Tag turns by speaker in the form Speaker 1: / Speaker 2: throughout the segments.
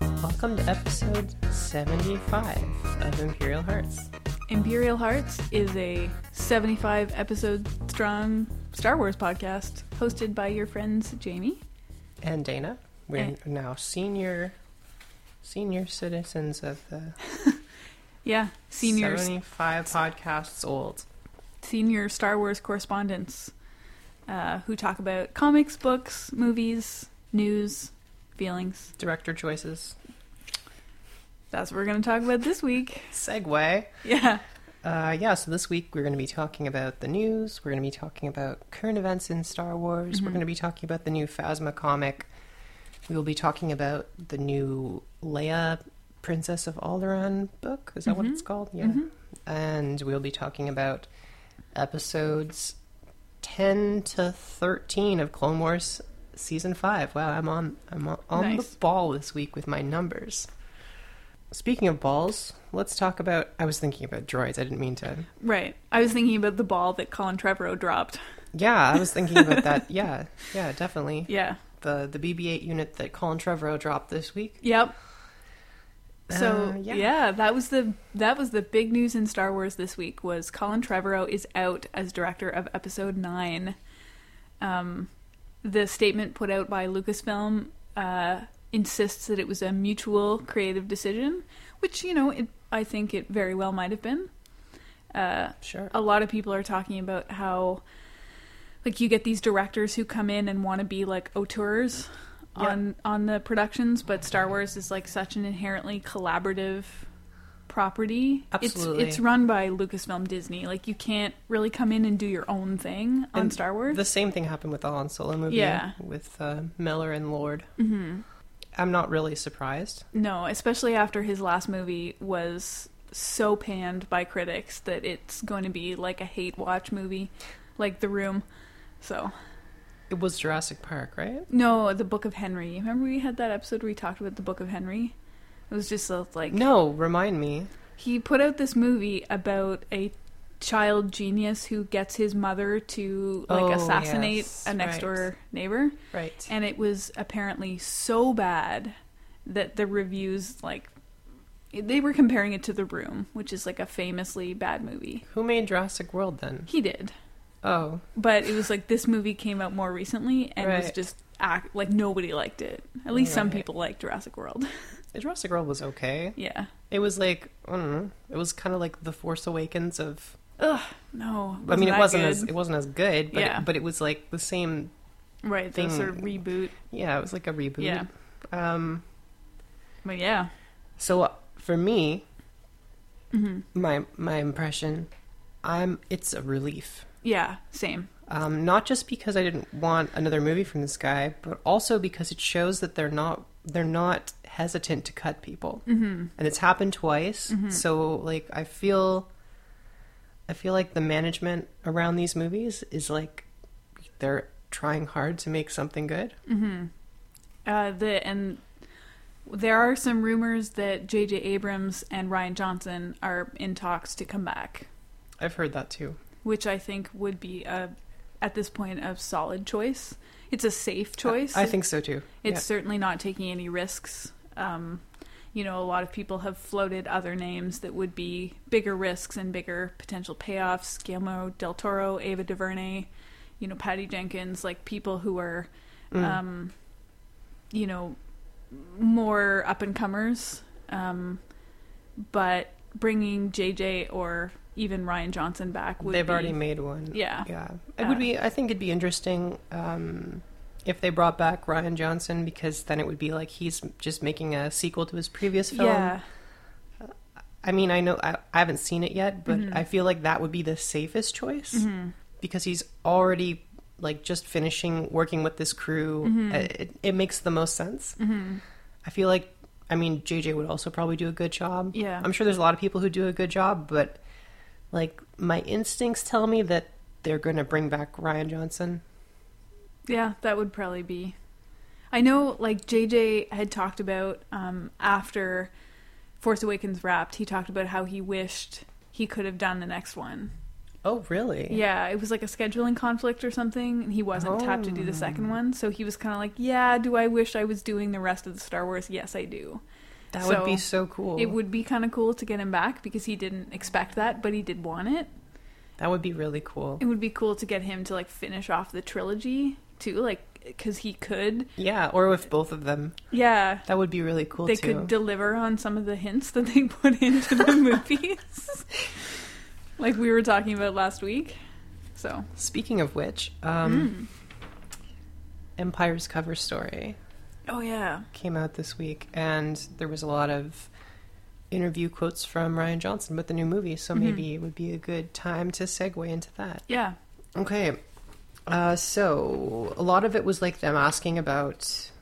Speaker 1: Welcome to episode 75 of Imperial Hearts.
Speaker 2: Imperial Hearts is a 75 episode strong Star Wars podcast hosted by your friends Jamie.
Speaker 1: And Dana, we're
Speaker 2: And-
Speaker 1: now senior senior citizens of the
Speaker 2: Yeah, senior
Speaker 1: 75 podcasts old.
Speaker 2: senior Star Wars correspondents uh, who talk about comics, books, movies, news, feelings.
Speaker 1: Director choices.
Speaker 2: That's what we're going to talk about this week.
Speaker 1: Segue.
Speaker 2: Yeah,
Speaker 1: Uh, yeah, so this week we're going to be talking about the news. We're going to be talking about current events in Star Wars. We're going to be talking about the new Phasma comic. We will be talking about the new Leia Princess of Alderaan book. Is that what it's called? Yeah.
Speaker 2: Mm-hmm.
Speaker 1: And we'll be talking about episodes 10 to 13 of Clone Wars season 5. Wow, I'm on I'm on, on
Speaker 2: Nice.
Speaker 1: the ball this week with my numbers. Speaking of balls, let's talk about. I was thinking about droids. I didn't mean to.
Speaker 2: right. I was thinking about the ball that Colin Trevorrow dropped.
Speaker 1: Yeah, I was thinking about that. Yeah, yeah, definitely.
Speaker 2: Yeah.
Speaker 1: The the BB-8 unit that Colin Trevorrow dropped this week.
Speaker 2: Yep. So
Speaker 1: Uh, yeah.
Speaker 2: yeah. that was the that was the big news in Star Wars this week was Colin Trevorrow is out as director of Episode Nine. Um, the statement put out by Lucasfilm uh, insists that it was a mutual creative decision, which you know it, I think it very well might have been. Uh,
Speaker 1: Sure.
Speaker 2: a lot of people are talking about how like you get these directors who come in and want to be like auteurs
Speaker 1: Yeah.
Speaker 2: on on the productions but Star Wars is like such an inherently collaborative property.
Speaker 1: Absolutely.
Speaker 2: It's it's run by Lucasfilm Disney. Like you can't really come in and do your own thing on
Speaker 1: And
Speaker 2: Star Wars.
Speaker 1: The same thing happened with the Han Solo movie.
Speaker 2: Yeah.
Speaker 1: With uh, Miller and Lord. Mm-hmm. I'm not really surprised.
Speaker 2: no, especially after his last movie was so panned by critics that it's going to be like a hate watch movie like The Room. So
Speaker 1: It was Jurassic Park, right?
Speaker 2: No, the Book of Henry. Remember we had that episode where we talked about the Book of Henry? It was just uh, like
Speaker 1: No, remind me.
Speaker 2: he put out this movie about a child genius who gets his mother to like
Speaker 1: Oh,
Speaker 2: assassinate
Speaker 1: yes,
Speaker 2: a next
Speaker 1: right.
Speaker 2: door neighbor
Speaker 1: Right.
Speaker 2: and it was apparently so bad that the reviews like they were comparing it to The Room, which is like a famously bad movie.
Speaker 1: Who made Jurassic World then?
Speaker 2: He did.
Speaker 1: Oh,
Speaker 2: but it was like this movie came out more recently and was
Speaker 1: Right.
Speaker 2: just act like nobody liked it. At least some
Speaker 1: Right.
Speaker 2: people liked Jurassic World.
Speaker 1: Jurassic World was okay.
Speaker 2: yeah.
Speaker 1: It was like I don't know. It was kind of like The Force Awakens of
Speaker 2: Ugh. No.
Speaker 1: I mean, it
Speaker 2: that
Speaker 1: wasn't as
Speaker 2: good.
Speaker 1: it wasn't as good, but
Speaker 2: Yeah.
Speaker 1: it, but it was like the same.
Speaker 2: right. The
Speaker 1: thing.
Speaker 2: sort of reboot.
Speaker 1: Yeah, it was like a reboot.
Speaker 2: Yeah.
Speaker 1: Um.
Speaker 2: But yeah.
Speaker 1: So uh, for me,
Speaker 2: hmm
Speaker 1: my my impression, I'm it's a relief.
Speaker 2: Yeah. Same.
Speaker 1: Um, not just because I didn't want another movie from this guy, but also because it shows that they're not they're not hesitant to cut people, mm-hmm. and it's happened twice.
Speaker 2: Mm-hmm.
Speaker 1: So like I feel, I feel like the management around these movies is like they're trying hard to make something good.
Speaker 2: Mm-hmm. Uh, the and there are some rumors that J.J. Abrams and Ryan Johnson are in talks to come back,
Speaker 1: I've heard that too.
Speaker 2: which I think would be a at this point a solid choice. It's a safe choice.
Speaker 1: I think so too.
Speaker 2: It's certainly not taking any risks. Um, you know, a lot of people have floated other names that would be bigger risks and bigger potential payoffs. Guillermo del Toro, Ava DuVernay, you know, Patty Jenkins, like people who are,
Speaker 1: Mm.
Speaker 2: um, you know, more up and comers. Um, but bringing JJ or even Ryan Johnson back would
Speaker 1: they've
Speaker 2: be-
Speaker 1: already made one.
Speaker 2: yeah,
Speaker 1: yeah. It would
Speaker 2: Uh,
Speaker 1: be. I think it'd be interesting um, if they brought back Ryan Johnson because then it would be like he's just making a sequel to his previous film.
Speaker 2: yeah,
Speaker 1: I mean, I know I, I haven't seen it yet, but
Speaker 2: Mhm.
Speaker 1: I feel like that would be the safest choice
Speaker 2: Mhm.
Speaker 1: because he's already like just finishing working with this crew.
Speaker 2: Mm-hmm.
Speaker 1: Uh, It, it makes the most sense.
Speaker 2: Mhm.
Speaker 1: I feel like. I mean, JJ would also probably do a good job.
Speaker 2: yeah.
Speaker 1: I'm sure there's a lot of people who do a good job, but like my instincts tell me that they're going to bring back Ryan Johnson.
Speaker 2: Yeah, that would probably be. I know, like JJ had talked about um, after Force Awakens wrapped, he talked about how he wished he could have done the next one.
Speaker 1: Oh, really?
Speaker 2: Yeah, it was like a scheduling conflict or something, and he wasn't tapped to do the second one. So he was kind of like, "Yeah, do I wish I was doing the rest of the Star Wars? Yes, I do."
Speaker 1: That
Speaker 2: So,
Speaker 1: would be so cool.
Speaker 2: It would be kind of cool to get him back because he didn't expect that, but he did want it.
Speaker 1: That would be really cool.
Speaker 2: It would be cool to get him to like finish off the trilogy too, like because he could.
Speaker 1: Yeah, or with both of them.
Speaker 2: Yeah,
Speaker 1: That would be really cool
Speaker 2: they
Speaker 1: too.
Speaker 2: could deliver on some of the hints that they put into the movies, like we were talking about last week. So hmm.
Speaker 1: Speaking of which,
Speaker 2: Mm.
Speaker 1: um, Empire's cover story.
Speaker 2: Oh yeah.
Speaker 1: came out this week, and there was a lot of interview quotes from Ryan Johnson about the new movie, so maybe it would be a good time to segue into that.
Speaker 2: Yeah.
Speaker 1: Okay, uh, so a lot of it was like them asking about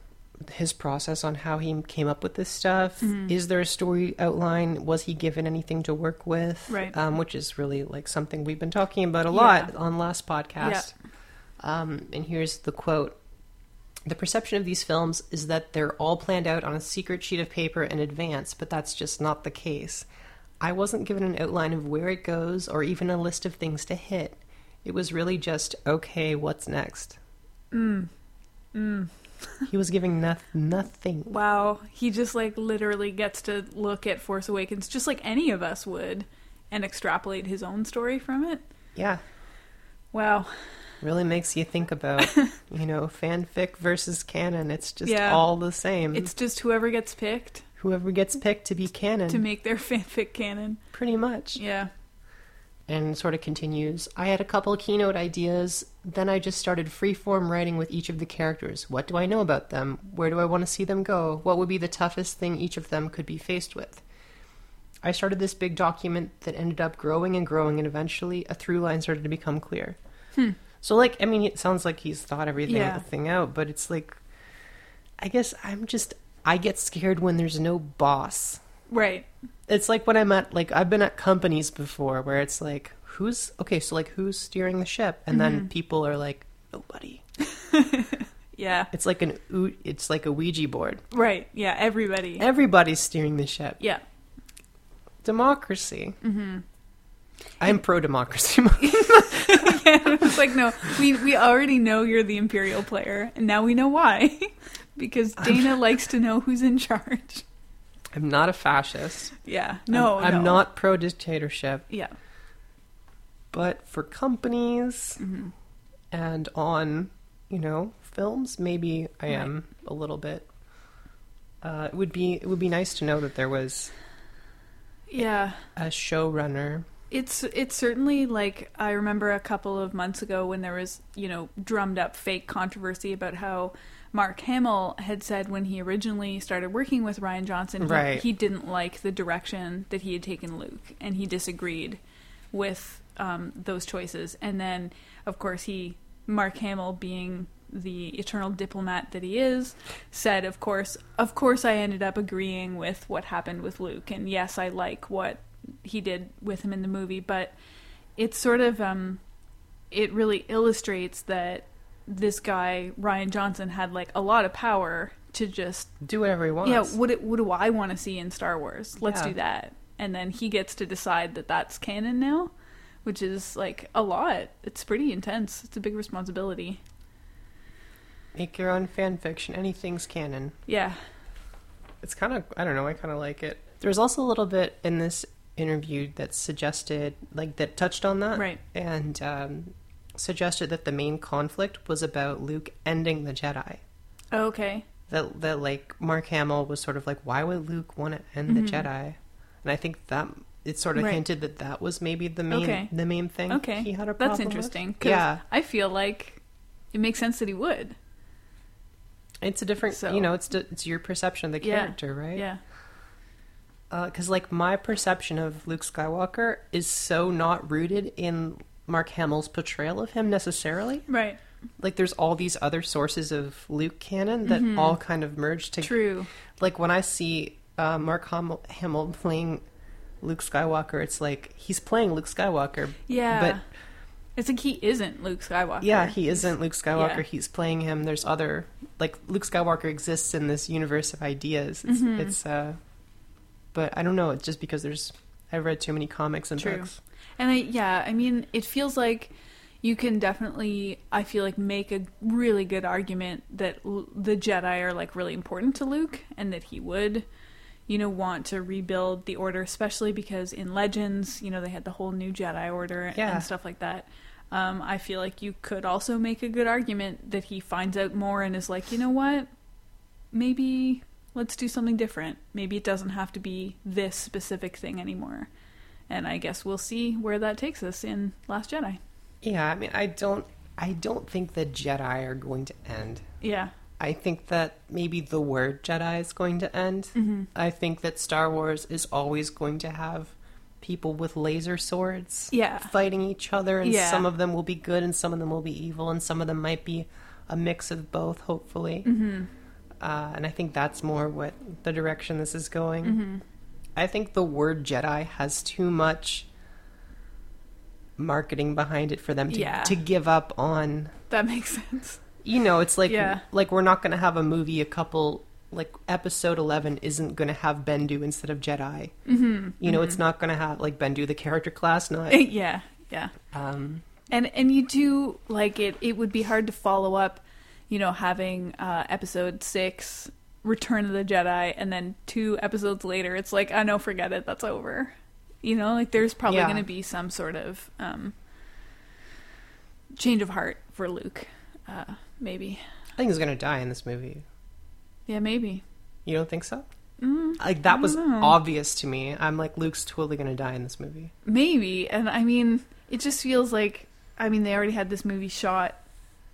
Speaker 1: his process on how he came up with this stuff. Is there a story outline? Was he given anything to work with?
Speaker 2: Right.
Speaker 1: Um, which is really like something we've been talking about a lot on last podcast. Um, and here's the quote. The perception of these films is that they're all planned out on a secret sheet of paper in advance, but that's just not the case. I wasn't given an outline of where it goes or even a list of things to hit. It was really just, okay, what's next? Mm. Mm. he was giving no- nothing.
Speaker 2: Wow. He just like literally gets to look at Force Awakens just like any of us would and extrapolate his own story from it.
Speaker 1: Yeah.
Speaker 2: Wow.
Speaker 1: Really makes you think about, you know, fanfic versus canon. It's just
Speaker 2: Yeah.
Speaker 1: all the same.
Speaker 2: It's just whoever gets picked
Speaker 1: whoever gets picked to be canon,
Speaker 2: to make their fanfic canon.
Speaker 1: pretty much.
Speaker 2: Yeah.
Speaker 1: and sort of continues I had a couple keynote ideas, then I just started freeform writing with each of the characters. What do I know about them? Where do I want to see them go? What would be the toughest thing each of them could be faced with? I started this big document that ended up growing and growing, and eventually a through line started to become clear. So, like, I mean, it sounds like he's thought everything
Speaker 2: Yeah.
Speaker 1: thing out, but it's like, I guess I'm just, I get scared when there's no boss
Speaker 2: Right.
Speaker 1: it's like when I'm at like I've been at companies before where it's like who's okay, so like who's steering the ship, and
Speaker 2: Mm-hmm.
Speaker 1: then people are like nobody.
Speaker 2: Yeah.
Speaker 1: It's like an oo- it's like a Ouija board.
Speaker 2: Right. Yeah, everybody.
Speaker 1: Everybody's steering the ship.
Speaker 2: Yeah.
Speaker 1: Democracy. Mm-hmm. I'm pro democracy.
Speaker 2: It's like no, we we already know you're the imperial player and now we know why. because Dana likes to know who's in charge.
Speaker 1: I'm not a fascist.
Speaker 2: Yeah. No.
Speaker 1: I'm, I'm
Speaker 2: no.
Speaker 1: not pro dictatorship,
Speaker 2: Yeah.
Speaker 1: but for companies
Speaker 2: Mm-hmm.
Speaker 1: and on you know films, maybe I am a little bit. Uh, it would be it would be nice to know that there was
Speaker 2: Yeah.
Speaker 1: a showrunner.
Speaker 2: It's it's certainly like I remember a couple of months ago when there was you know drummed up fake controversy about how Mark Hamill had said when he originally started working with Ryan Johnson he-
Speaker 1: Right.
Speaker 2: he, didn't like the direction that he had taken Luke and he disagreed with um, those choices and then of course he Mark Hamill being the eternal diplomat that he is said of course of course I ended up agreeing with what happened with Luke and yes I like what he did with him in the movie, but it's sort of um it really illustrates that this guy Ryan Johnson had like a lot of power to just
Speaker 1: Do whatever he wants.
Speaker 2: yeah what it, what do I want to see in Star Wars? Let's
Speaker 1: Yeah.
Speaker 2: do that, and then he gets to decide that that's canon now, which is like a lot. It's pretty intense. It's a big responsibility.
Speaker 1: Make your own fan fiction. Anything's canon.
Speaker 2: Yeah,
Speaker 1: It's kind of I don't know. I kind of like it. There's also a little bit in this interview that suggested, like, that touched on that,
Speaker 2: Right.
Speaker 1: And um, suggested that the main conflict was about Luke ending the Jedi.
Speaker 2: okay,
Speaker 1: That that like Mark Hamill was sort of like, why would Luke want to end the Jedi? And I think that it sort of
Speaker 2: Right.
Speaker 1: hinted that that was maybe the main
Speaker 2: Okay.
Speaker 1: the main thing.
Speaker 2: okay,
Speaker 1: he had a problem
Speaker 2: that's
Speaker 1: with.
Speaker 2: interesting. 'cause
Speaker 1: Yeah,
Speaker 2: I feel like it makes sense that he would.
Speaker 1: it's a different.
Speaker 2: So-
Speaker 1: You know, it's it's your perception of the
Speaker 2: Yeah.
Speaker 1: character, right?
Speaker 2: Yeah,
Speaker 1: because like my perception of Luke Skywalker is so not rooted in Mark Hamill's portrayal of him necessarily.
Speaker 2: right.
Speaker 1: Like there's all these other sources of Luke canon that all kind of merge together.
Speaker 2: Mm-hmm. True.
Speaker 1: Like when I see uh, Mark Hamill, Hamill playing Luke Skywalker, it's like he's playing Luke Skywalker.
Speaker 2: Yeah.
Speaker 1: But
Speaker 2: it's like he isn't Luke Skywalker.
Speaker 1: yeah, he isn't Luke Skywalker.
Speaker 2: Yeah.
Speaker 1: He's playing him. There's other like Luke Skywalker exists in this universe of ideas. It's,
Speaker 2: Mm-hmm.
Speaker 1: it's uh, but I don't know. It's just because there's I've read too many comics and
Speaker 2: True.
Speaker 1: books.
Speaker 2: And I yeah, I mean, it feels like you can definitely I feel like make a really good argument that l- the Jedi are like really important to Luke and that he would you know, want to rebuild the order, especially because in Legends, you know, they had the whole new Jedi Order and,
Speaker 1: Yeah.
Speaker 2: and stuff like that. Um, I feel like you could also make a good argument that he finds out more and is like, you know what? Maybe let's do something different. Maybe it doesn't have to be this specific thing anymore. And I guess we'll see where that takes us in Last Jedi.
Speaker 1: Yeah, I mean, I don't, I don't think the Jedi are going to end.
Speaker 2: Yeah.
Speaker 1: I think that maybe the word Jedi is going to end. I think that Star Wars is always going to have people with laser swords
Speaker 2: Yeah.
Speaker 1: fighting each other, and
Speaker 2: Yeah.
Speaker 1: some of them will be good, and some of them will be evil, and some of them might be a mix of both,
Speaker 2: Mm-hmm.
Speaker 1: hopefully. Uh, and I think that's more what the direction this is going.
Speaker 2: Mm-hmm.
Speaker 1: I think the word Jedi has too much marketing behind it for them to,
Speaker 2: Yeah.
Speaker 1: to give up on
Speaker 2: That makes sense.
Speaker 1: you know it's like
Speaker 2: Yeah.
Speaker 1: like we're not going to have a movie a couple like episode 11 isn't going to have bendu instead of jedi mm-hmm, you know it's not going to have like bendu the character class not
Speaker 2: yeah. Yeah.
Speaker 1: um
Speaker 2: and and you do like it it would be hard to follow up you know having uh episode six return of the jedi and then two episodes later it's like i know forget it that's over you know like there's probably
Speaker 1: Yeah.
Speaker 2: going to be some sort of um change of heart for luke uh maybe
Speaker 1: i think he's going to die in this movie
Speaker 2: yeah maybe
Speaker 1: you don't think so mm, like that was
Speaker 2: know.
Speaker 1: obvious to me i'm like luke's totally going to die in this movie
Speaker 2: maybe and i mean it just feels like i mean they already had this movie shot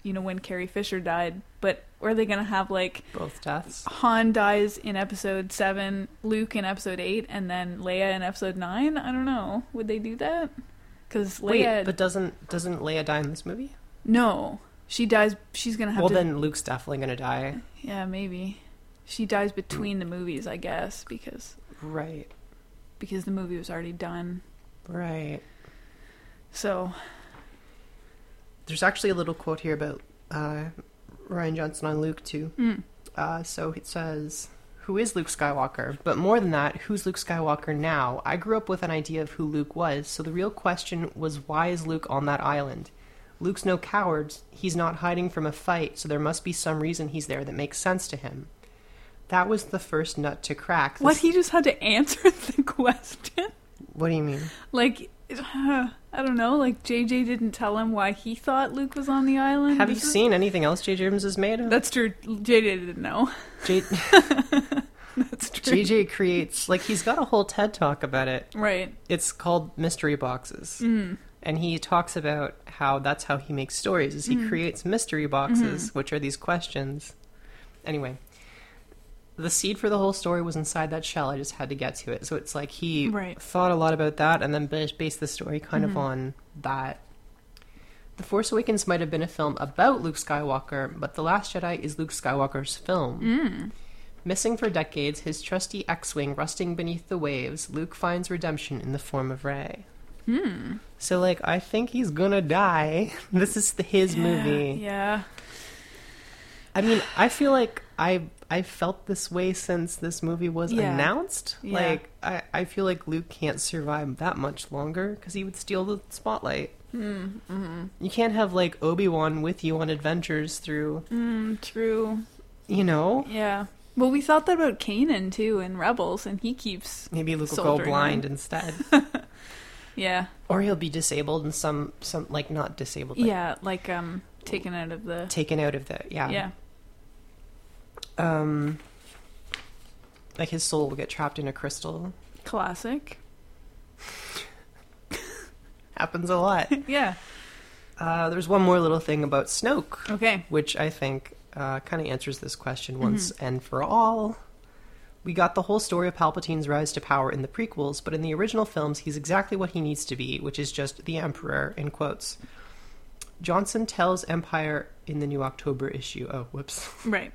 Speaker 2: you know when carrie fisher died but are they going to have like
Speaker 1: both deaths
Speaker 2: Han dies in episode seven, Luke in episode eight, and then Leia in episode nine. I don't know. Would they do that? Because Leia,
Speaker 1: wait but doesn't doesn't leia die in this movie
Speaker 2: no, she dies. She's gonna have
Speaker 1: well
Speaker 2: to.
Speaker 1: then luke's definitely going to die
Speaker 2: yeah, maybe she dies between the movies, I guess, because
Speaker 1: right
Speaker 2: because the movie was already done.
Speaker 1: right
Speaker 2: So
Speaker 1: There's actually a little quote here about uh, Ryan Johnson on Luke too.
Speaker 2: hmm.
Speaker 1: Uh, so it says, "Who is Luke Skywalker? But more than that, who's Luke Skywalker now? I grew up with an idea of who Luke was, so the real question was why is Luke on that island? Luke's no coward. He's not hiding from a fight, so there must be some reason he's there that makes sense to him." That was the first nut to crack.
Speaker 2: what?
Speaker 1: This-
Speaker 2: He just had to answer the question.
Speaker 1: what do you mean?
Speaker 2: Like. I don't know. Like JJ didn't tell him why he thought Luke was on the island.
Speaker 1: Have you
Speaker 2: This is-
Speaker 1: seen anything else J.J. Abrams has made?
Speaker 2: Oh, That's true. JJ didn't know.
Speaker 1: J-
Speaker 2: That's true.
Speaker 1: J.J. creates like he's got a whole TED talk about it.
Speaker 2: Right. Mm.
Speaker 1: it's called mystery boxes and he talks about how that's how he makes stories is he creates mystery boxes which are these questions anyway the seed for the whole story was inside that shell i just had to get to it so it's like he
Speaker 2: Right.
Speaker 1: thought a lot about that and then bas- based the story kind of on that the Force Awakens might have been a film about Luke Skywalker, but The Last Jedi is Luke Skywalker's film.
Speaker 2: Mm.
Speaker 1: Missing for decades, his trusty X Wing rusting beneath the waves, Luke finds redemption in the form of Rey.
Speaker 2: Mm.
Speaker 1: So, like, I think he's gonna die. This is the, his movie.
Speaker 2: Yeah.
Speaker 1: I mean, I feel like I I felt this way since this movie was
Speaker 2: Yeah.
Speaker 1: announced.
Speaker 2: Yeah.
Speaker 1: Like, I, I feel like Luke can't survive that much longer because he would steal the spotlight.
Speaker 2: Mm.
Speaker 1: You can't have, like, Obi Wan with you on adventures through,
Speaker 2: Mm, true.
Speaker 1: you know?
Speaker 2: Yeah. Well, we thought that about Kanan too in Rebels, and he keeps.
Speaker 1: Maybe Luke will go
Speaker 2: Soldiering on.
Speaker 1: blind instead.
Speaker 2: Yeah.
Speaker 1: or he'll be disabled and some some like not disabled like
Speaker 2: yeah. Like um, taken out of the.
Speaker 1: taken out of the yeah
Speaker 2: yeah.
Speaker 1: um like his soul will get trapped in a crystal
Speaker 2: Classic.
Speaker 1: happens a lot
Speaker 2: yeah.
Speaker 1: uh there's one more little thing about snoke
Speaker 2: Okay.
Speaker 1: which i think uh kind of answers this question once and for all we got the whole story of palpatine's rise to power in the prequels but in the original films he's exactly what he needs to be which is just the emperor in quotes johnson tells empire in the new october issue oh whoops
Speaker 2: Right.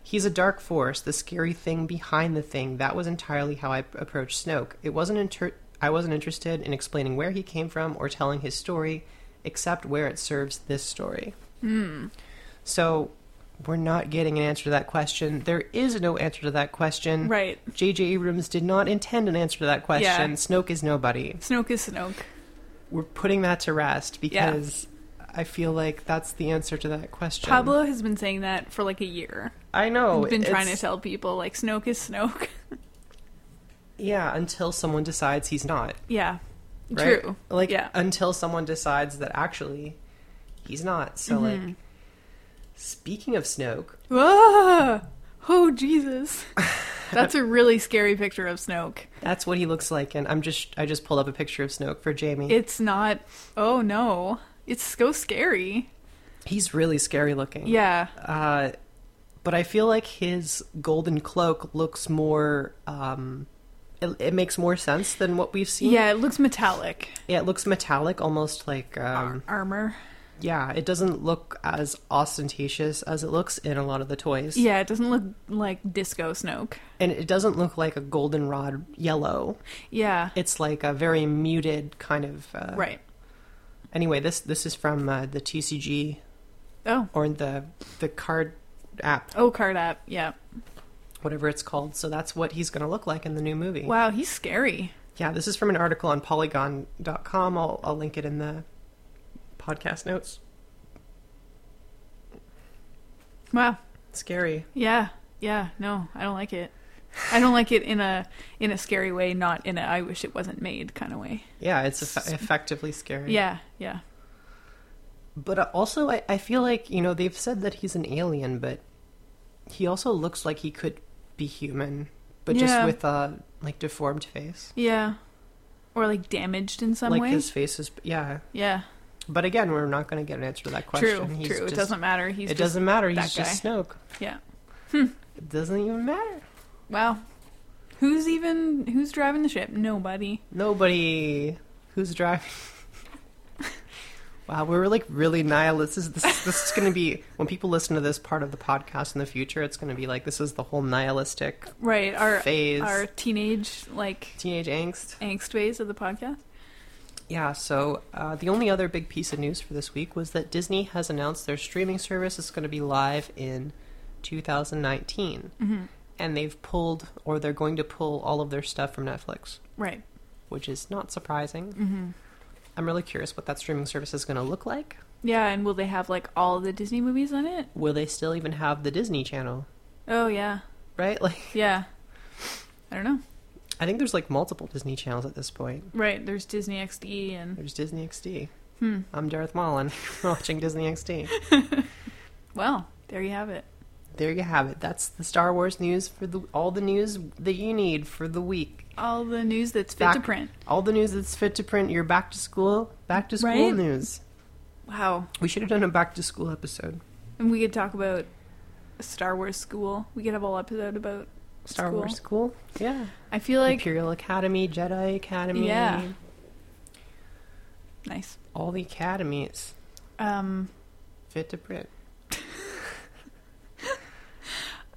Speaker 1: He's a dark force, the scary thing behind the thing. That was entirely how I approached Snoke. It wasn't inter- I wasn't interested in explaining where he came from or telling his story, except where it serves this story.
Speaker 2: Mm.
Speaker 1: So we're not getting an answer to that question. There is no answer to that question.
Speaker 2: Right.
Speaker 1: J.J. Abrams did not intend an answer to that question.
Speaker 2: Yeah.
Speaker 1: Snoke is nobody.
Speaker 2: Snoke is Snoke.
Speaker 1: We're putting that to rest because I feel like that's the answer to that question.
Speaker 2: Pablo has been saying that for like a year.
Speaker 1: I know.
Speaker 2: He's been trying to
Speaker 1: Oh, it's-
Speaker 2: tell people like Snoke is Snoke.
Speaker 1: Yeah, until someone decides he's not.
Speaker 2: Yeah.
Speaker 1: Right?
Speaker 2: True.
Speaker 1: Like
Speaker 2: yeah.
Speaker 1: until someone decides that actually he's not. So
Speaker 2: Mm-hmm.
Speaker 1: like speaking of Snoke,
Speaker 2: Whoa! Oh Jesus. That's a really scary picture of Snoke.
Speaker 1: that's what he looks like and I'm just I just pulled up a picture of Snoke for Jamie.
Speaker 2: It's not oh no. It's so scary.
Speaker 1: he's really scary looking.
Speaker 2: Yeah.
Speaker 1: Uh but I feel like his golden cloak looks more um it, it makes more sense than what we've seen.
Speaker 2: Yeah, it looks metallic.
Speaker 1: Yeah, it looks metallic almost like um
Speaker 2: Armor.
Speaker 1: yeah, it doesn't look as ostentatious as it looks in a lot of the toys.
Speaker 2: Yeah, it doesn't look like disco Snoke.
Speaker 1: And it doesn't look like a goldenrod yellow.
Speaker 2: Yeah.
Speaker 1: It's like a very muted kind of. Uh,
Speaker 2: right.
Speaker 1: Anyway, this this is from uh, the TCG
Speaker 2: Oh.
Speaker 1: or the the card app,
Speaker 2: Oh, card app. Yeah.
Speaker 1: whatever it's called. So that's what he's going to look like in the new movie.
Speaker 2: Wow, he's scary.
Speaker 1: Yeah, this is from an article on Polygon.com. I'll I'll link it in the podcast notes.
Speaker 2: Wow.
Speaker 1: Scary.
Speaker 2: Yeah. Yeah. No, I don't like it. I don't like it in a in a scary way, not in a I wish it wasn't made kind of way.
Speaker 1: Yeah, it's eff- effectively scary.
Speaker 2: Yeah. Yeah.
Speaker 1: But uh, also, I, I feel like, you know, they've said that he's an alien, but he also looks like he could be human, but just
Speaker 2: Yeah.
Speaker 1: with a, like, deformed face.
Speaker 2: Yeah. Or like damaged in some
Speaker 1: like,
Speaker 2: way.
Speaker 1: his face is, yeah.
Speaker 2: yeah.
Speaker 1: But again, we're not going to get an answer to that question.
Speaker 2: True.
Speaker 1: He's
Speaker 2: True.
Speaker 1: just-
Speaker 2: it doesn't matter. He's
Speaker 1: it
Speaker 2: just,
Speaker 1: doesn't matter. He's
Speaker 2: that
Speaker 1: just Snoke. Hmm.
Speaker 2: Yeah.
Speaker 1: It doesn't even matter.
Speaker 2: Wow. Who's even who's driving the ship? Nobody.
Speaker 1: Nobody who's driving. wow, we're like really nihilist. This is this, this is going to be when people listen to this part of the podcast in the future. It's going to be like this is the whole nihilistic
Speaker 2: Right. Our
Speaker 1: phase,
Speaker 2: our teenage like
Speaker 1: teenage angst.
Speaker 2: angst phase of the podcast.
Speaker 1: Yeah. So uh, the only other big piece of news for this week was that Disney has announced their streaming service is going to be live in 2019, and they've pulled or they're going to pull all of their stuff from Netflix,
Speaker 2: Right.
Speaker 1: which is not surprising. Mm-hmm. I'm really curious what that streaming service is going to look like.
Speaker 2: Yeah, and will they have like all of the Disney movies on it?
Speaker 1: will they still even have the Disney Channel?
Speaker 2: Oh yeah.
Speaker 1: Right? Like,
Speaker 2: Yeah. I don't know.
Speaker 1: I think there's like multiple Disney channels at this point.
Speaker 2: Right, there's Disney XD and hmm,
Speaker 1: There's Disney XD. I'm Darth Maul, and you're watching Disney XD.
Speaker 2: well, there you have it.
Speaker 1: There you have it. That's the Star Wars news for the all the news that you need for the week.
Speaker 2: All the news that's fit to
Speaker 1: Back-
Speaker 2: print.
Speaker 1: All the news that's fit to print. Your back to school, back to school
Speaker 2: Right?
Speaker 1: news.
Speaker 2: Wow.
Speaker 1: We should have done a back to school episode.
Speaker 2: And we could talk about Star Wars school. We could have a whole episode about
Speaker 1: Star
Speaker 2: school.
Speaker 1: Wars school. Yeah.
Speaker 2: I feel like
Speaker 1: Imperial Academy, Jedi Academy.
Speaker 2: Yeah. nice.
Speaker 1: All the academies
Speaker 2: Um,
Speaker 1: fit to print.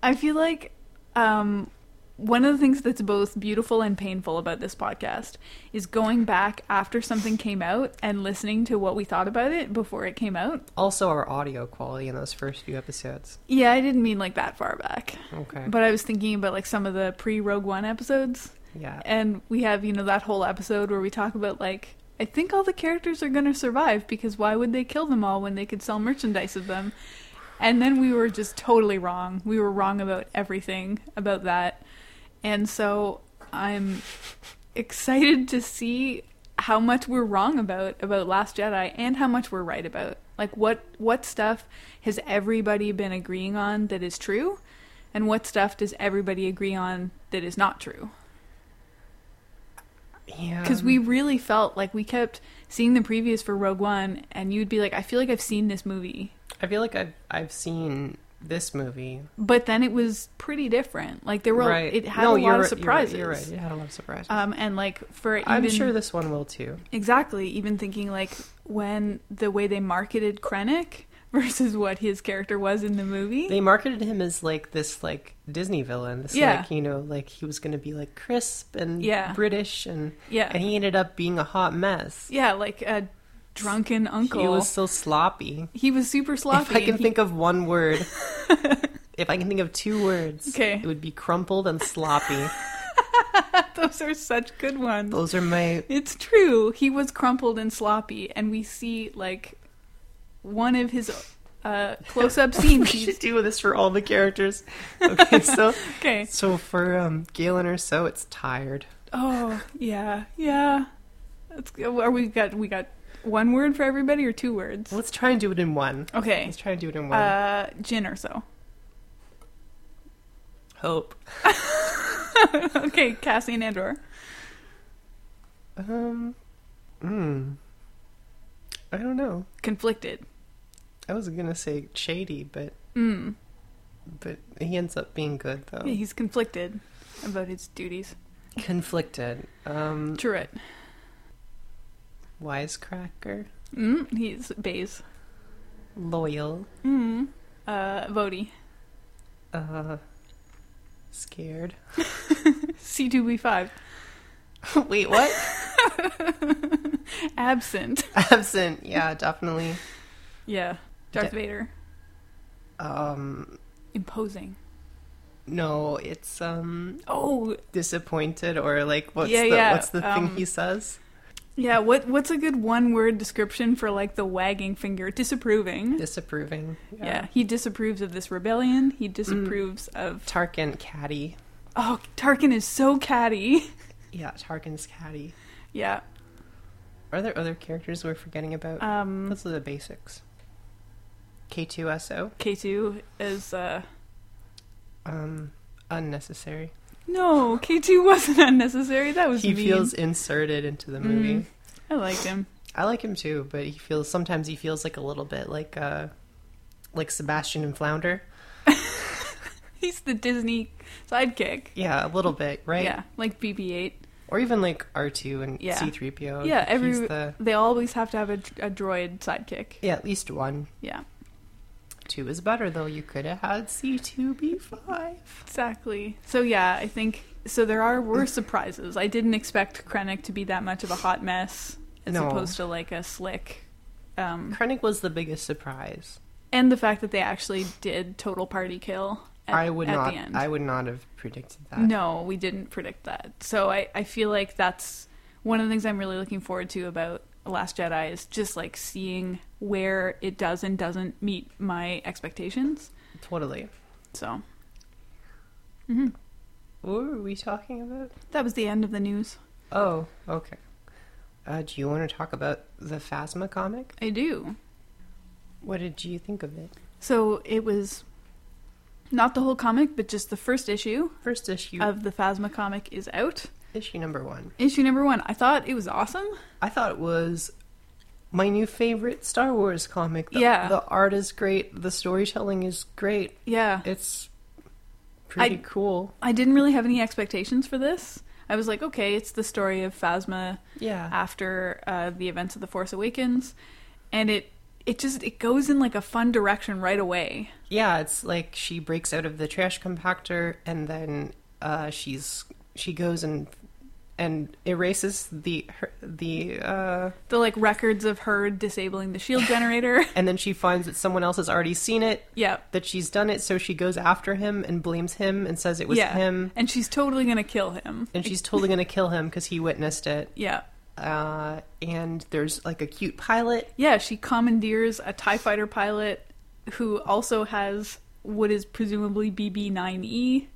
Speaker 2: I feel like um, one of the things that's both beautiful and painful about this podcast is going back after something came out and listening to what we thought about it before it came out.
Speaker 1: Also, our audio quality in those first few episodes.
Speaker 2: Yeah, I didn't mean like that far back,
Speaker 1: Okay.
Speaker 2: but I was thinking about like some of the pre Rogue One episodes.
Speaker 1: Yeah.
Speaker 2: and we have you know that whole episode where we talk about like i think all the characters are going to survive because why would they kill them all when they could sell merchandise of them and then we were just totally wrong we were wrong about everything about that and so i'm excited to see how much we're wrong about about last jedi and how much we're right about like what what stuff has everybody been agreeing on that is true and what stuff does everybody agree on that is not true
Speaker 1: Yeah.
Speaker 2: because we really felt like we kept seeing the previews for Rogue One, and you'd be like, "I feel like I've seen this movie,"
Speaker 1: I feel like I've I've seen this movie.
Speaker 2: but then it was pretty different. Like there were,
Speaker 1: right.
Speaker 2: it had
Speaker 1: No,
Speaker 2: a
Speaker 1: you're
Speaker 2: lot of
Speaker 1: right, you're right,
Speaker 2: surprises.
Speaker 1: You're right, It had a lot of surprises.
Speaker 2: Um, and like for even,
Speaker 1: I'm sure this one will too.
Speaker 2: exactly even thinking like when the way they marketed Krennic versus what his character was in the movie.
Speaker 1: They marketed him as like this like Disney villain. This
Speaker 2: Yeah.
Speaker 1: like, you know, like he was gonna be like crisp and
Speaker 2: Yeah.
Speaker 1: British and
Speaker 2: yeah,
Speaker 1: and he ended up being a hot mess.
Speaker 2: yeah, like a drunken uncle.
Speaker 1: He was so sloppy.
Speaker 2: super sloppy.
Speaker 1: If I can
Speaker 2: and he-
Speaker 1: think of one word if I can think of two words
Speaker 2: Okay.
Speaker 1: it would be crumpled and sloppy.
Speaker 2: those are such good ones.
Speaker 1: Those are my
Speaker 2: It's true. He was crumpled and sloppy, and we see like one of his uh, close-up scene.
Speaker 1: we should do this for all the characters. Okay, so
Speaker 2: okay.
Speaker 1: so for um, Galen or so, it's tired.
Speaker 2: Oh yeah, yeah. That's, are we got we got one word for everybody or two words?
Speaker 1: Let's try and do it in one.
Speaker 2: Okay.
Speaker 1: Let's try and do it in one.
Speaker 2: Uh, gin or so.
Speaker 1: Hope.
Speaker 2: okay, Cassie and Andor.
Speaker 1: Um. Mm, I don't know.
Speaker 2: Conflicted.
Speaker 1: I was gonna say shady, but
Speaker 2: Mm.
Speaker 1: but he ends up being good though.
Speaker 2: He's conflicted about his duties.
Speaker 1: Conflicted. Um.
Speaker 2: Turret.
Speaker 1: Wisecracker.
Speaker 2: Mm. He's Baze.
Speaker 1: Loyal.
Speaker 2: Mm. Uh, Vody.
Speaker 1: Uh. Scared.
Speaker 2: C2B5.
Speaker 1: Wait, what?
Speaker 2: Absent.
Speaker 1: Absent. Yeah, definitely.
Speaker 2: Yeah. Darth
Speaker 1: Da-
Speaker 2: Vader.
Speaker 1: Um.
Speaker 2: Imposing.
Speaker 1: No, it's um
Speaker 2: Oh,
Speaker 1: disappointed or like what's
Speaker 2: Yeah,
Speaker 1: the
Speaker 2: yeah,
Speaker 1: what's the
Speaker 2: um,
Speaker 1: thing he says?
Speaker 2: yeah. What What's a good one word description for like the wagging finger? Disapproving.
Speaker 1: Disapproving.
Speaker 2: yeah. He disapproves of this rebellion. He disapproves of.
Speaker 1: Tarkin catty.
Speaker 2: Oh, Tarkin is so catty.
Speaker 1: Yeah, Tarkin's catty.
Speaker 2: Yeah.
Speaker 1: Are there other characters we're forgetting about?
Speaker 2: Um,
Speaker 1: Those are the basics. K2SO.
Speaker 2: K2 is. uh
Speaker 1: Um unnecessary.
Speaker 2: No, K2 wasn't unnecessary. That was
Speaker 1: He
Speaker 2: mean.
Speaker 1: feels inserted into the
Speaker 2: Mm.
Speaker 1: movie.
Speaker 2: I liked him.
Speaker 1: I like him too, but he feels sometimes he feels like a little bit like uh like Sebastian and Flounder.
Speaker 2: He's the Disney sidekick.
Speaker 1: Yeah, a little bit, right?
Speaker 2: Yeah, like BB-8.
Speaker 1: Or even like R2 and
Speaker 2: Yeah.
Speaker 1: C3PO.
Speaker 2: Yeah, every-
Speaker 1: He's the
Speaker 2: They always have to have a, a droid sidekick.
Speaker 1: Yeah, at least one.
Speaker 2: Yeah,
Speaker 1: Two is better though. You could have had C two B five.
Speaker 2: exactly. So yeah, I think so. There are were surprises. I didn't expect Krennic to be that much of a hot mess, as
Speaker 1: No.
Speaker 2: opposed to like a slick. Um,
Speaker 1: Krennic was the biggest surprise.
Speaker 2: and the fact that they actually did total party kill. At,
Speaker 1: I would
Speaker 2: at
Speaker 1: not.
Speaker 2: The end.
Speaker 1: I would not have predicted that.
Speaker 2: No, we didn't predict that. So I, I feel like that's one of the things I'm really looking forward to about Last Jedi is just like seeing where it does and doesn't meet my expectations.
Speaker 1: Totally.
Speaker 2: So mm-hmm.
Speaker 1: What were we talking about?
Speaker 2: that was the end of the news.
Speaker 1: Oh, okay. Uh, do you want to talk about the Phasma comic?
Speaker 2: I do.
Speaker 1: What did you think of it?
Speaker 2: So it was not the whole comic, but just the first issue
Speaker 1: First issue,
Speaker 2: of the Phasma comic is out.
Speaker 1: issue number one.
Speaker 2: Issue number one. I thought it was awesome.
Speaker 1: I thought it was my new favorite Star Wars comic. The,
Speaker 2: Yeah.
Speaker 1: The art is great. The storytelling is great.
Speaker 2: Yeah.
Speaker 1: It's pretty cool.
Speaker 2: I didn't really have any expectations for this. I was like, okay, it's the story of Phasma
Speaker 1: Yeah.
Speaker 2: after uh, the events of the Force Awakens, and it it just it goes in like a fun direction right away.
Speaker 1: Yeah, it's like she breaks out of the trash compactor and then uh, she's she goes and and erases the her, the uh,
Speaker 2: The like records of her disabling the shield generator.
Speaker 1: and then she finds that someone else has already seen it
Speaker 2: yeah,
Speaker 1: that she's done it so she goes after him and blames him and says it was
Speaker 2: yeah,
Speaker 1: him
Speaker 2: and she's totally gonna kill him.
Speaker 1: and she's totally going to kill him cuz he witnessed it
Speaker 2: yeah,
Speaker 1: uh, and there's like a cute pilot
Speaker 2: yeah. She commandeers a Tie Fighter pilot who also has what is presumably BB nine E.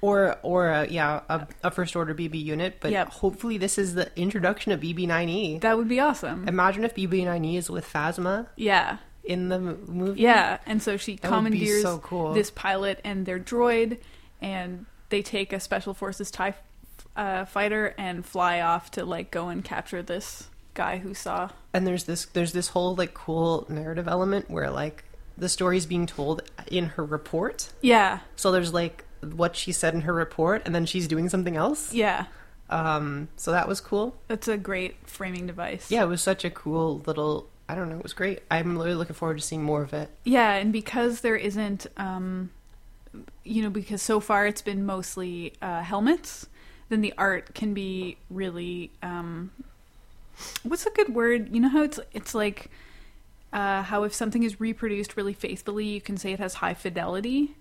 Speaker 1: or or a, yeah a, a first order BB unit but
Speaker 2: Yep.
Speaker 1: hopefully this is the introduction of BB9E
Speaker 2: That would be awesome.
Speaker 1: E. imagine if BB9E E is with Phasma
Speaker 2: Yeah,
Speaker 1: in the m- movie.
Speaker 2: yeah. And so she
Speaker 1: That would be
Speaker 2: commandeers
Speaker 1: so cool.
Speaker 2: this pilot and their droid, and they take a special forces tie uh, fighter and fly off to like go and capture this guy who saw.
Speaker 1: And there's this there's this whole like cool narrative element where like the story's being told in her report.
Speaker 2: Yeah,
Speaker 1: So there's like what she said in her report and then she's doing something else.
Speaker 2: yeah.
Speaker 1: Um so that was cool.
Speaker 2: That's a great framing device.
Speaker 1: Yeah, it was such a cool little I don't know, it was great. I'm really looking forward to seeing more of it.
Speaker 2: yeah. And because there isn't, um, you know, because so far it's been mostly uh, helmets, then the art can be really. Um, what's a good word? You know how it's it's like. Uh, how if something is reproduced really faithfully, you can say it has high fidelity.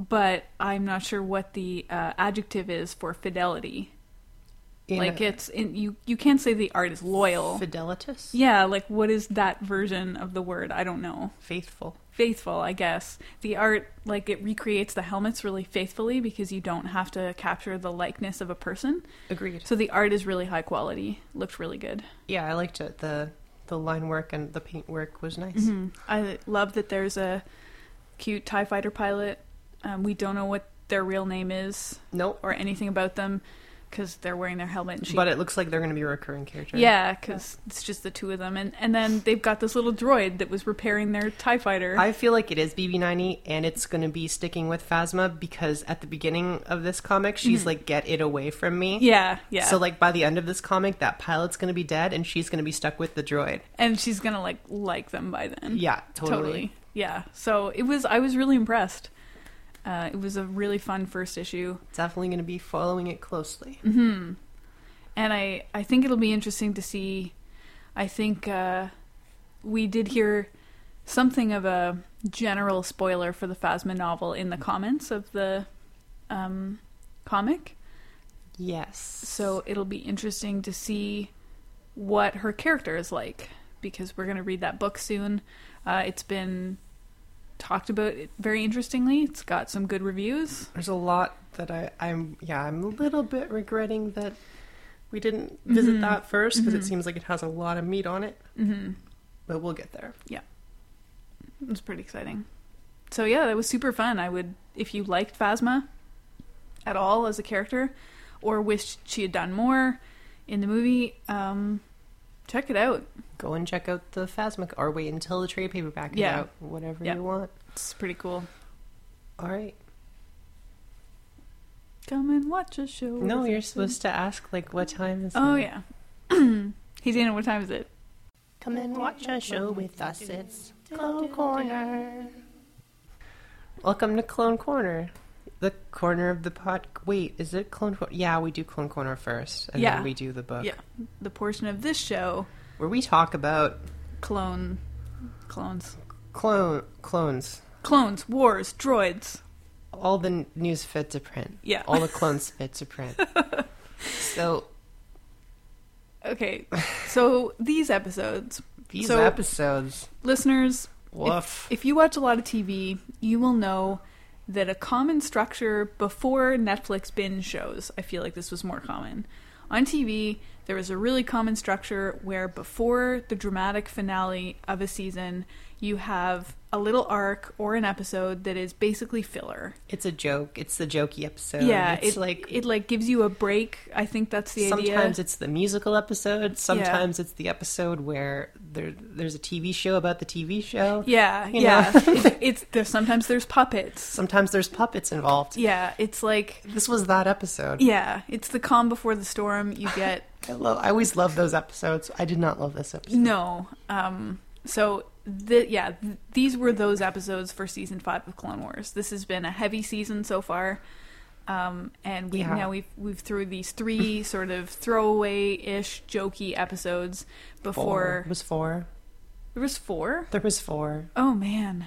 Speaker 2: but I'm not sure what the uh, adjective is for fidelity.
Speaker 1: in
Speaker 2: like
Speaker 1: a-
Speaker 2: it's in, you you can't say the art is loyal.
Speaker 1: Fidelitas?
Speaker 2: yeah, like what is that version of the word? I don't know.
Speaker 1: Faithful.
Speaker 2: Faithful, I guess. The art like it recreates the helmets really faithfully because you don't have to capture the likeness of a person.
Speaker 1: Agreed.
Speaker 2: So the art is really high quality. Looked really good.
Speaker 1: Yeah, I liked it. The the line work and the paint work was nice.
Speaker 2: Mm-hmm. I love that there's a cute TIE fighter pilot. Um, we don't know what their real name is
Speaker 1: Nope.
Speaker 2: or anything about them because they're wearing their helmet and she.
Speaker 1: But it looks like they're going to be a recurring character.
Speaker 2: yeah, because it's just the two of them. And, and then they've got this little droid that was repairing their TIE fighter.
Speaker 1: I feel like it is BB90 and it's going to be sticking with Phasma because at the beginning of this comic, she's like, get it away from me.
Speaker 2: yeah, Mm-hmm. yeah.
Speaker 1: So, like, by the end of this comic, that pilot's going to be dead and she's going to be stuck with the droid.
Speaker 2: and she's going to like like them by then.
Speaker 1: Yeah, totally.
Speaker 2: Yeah. So it was, I was really impressed. Uh, it was a really fun first issue.
Speaker 1: Definitely going to be following it closely.
Speaker 2: and I, I think it'll be interesting to see. I think uh, we did hear something of a general spoiler for the Phasma novel in the comments of the um, comic,
Speaker 1: Yes.
Speaker 2: so it'll be interesting to see what her character is like because we're going to read that book soon. Uh, it's been talked about very interestingly. It's got some good reviews.
Speaker 1: There's a lot that I, I'm, yeah, I'm a little bit regretting that we didn't visit that first because it seems like it has a lot of meat on it.
Speaker 2: Mm-hmm.
Speaker 1: But we'll get there.
Speaker 2: It was pretty exciting. So yeah, that was super fun. I would if you liked Phasma at all as a character or wished she had done more in the movie, um, check it out.
Speaker 1: Go and check out the Phasma, or wait until the trade paperback is
Speaker 2: Yeah.
Speaker 1: out. Whatever
Speaker 2: Yeah.
Speaker 1: you want.
Speaker 2: It's pretty cool.
Speaker 1: All right.
Speaker 2: Come and watch a show.
Speaker 1: No,
Speaker 2: with
Speaker 1: you're
Speaker 2: us.
Speaker 1: supposed to ask like what time is.
Speaker 2: Oh
Speaker 1: it?
Speaker 2: yeah. Hey Dana, what time is it?
Speaker 1: Come and watch a show with us. It's Clone Corner. Welcome to Clone Corner. The corner of the pot. Wait, is it Clone Corner? Yeah, we do Clone Corner first, and
Speaker 2: Yeah.
Speaker 1: then we do the book.
Speaker 2: Yeah. The portion of this show,
Speaker 1: Where we talk about
Speaker 2: clone clones.
Speaker 1: clone clones,
Speaker 2: Clones, wars, droids.
Speaker 1: all the n- news fit to print.
Speaker 2: Yeah.
Speaker 1: All the clones fit to print. so
Speaker 2: Okay. So these episodes,
Speaker 1: these
Speaker 2: So-
Speaker 1: episodes.
Speaker 2: listeners,
Speaker 1: Woof.
Speaker 2: If you watch a lot of TV, you will know that a common structure before Netflix binge shows, I feel like this was more common. On TV, there was a really common structure where before the dramatic finale of a season, you have a little arc or an episode that is basically filler.
Speaker 1: It's a joke. It's the jokey episode.
Speaker 2: yeah,
Speaker 1: it's
Speaker 2: it,
Speaker 1: like
Speaker 2: it like gives you a break. I think that's the idea.
Speaker 1: sometimes it's the musical episode. Sometimes it's the episode where there there's a TV show about the TV show.
Speaker 2: yeah,
Speaker 1: you
Speaker 2: yeah.
Speaker 1: know.
Speaker 2: It- it's there's sometimes there's puppets.
Speaker 1: Sometimes there's puppets involved.
Speaker 2: Yeah, it's like
Speaker 1: This was that episode.
Speaker 2: yeah, it's the calm before the storm. You get
Speaker 1: I love. I always love those episodes. I did not love this episode.
Speaker 2: No. Um, so the, yeah, th- these were those episodes for season five of Clone Wars. This has been a heavy season so far, um, and we
Speaker 1: Yeah.
Speaker 2: now we've we've through these three sort of throwaway ish jokey episodes
Speaker 1: Four.
Speaker 2: before
Speaker 1: It was four.
Speaker 2: there was four.
Speaker 1: There was four.
Speaker 2: Oh man,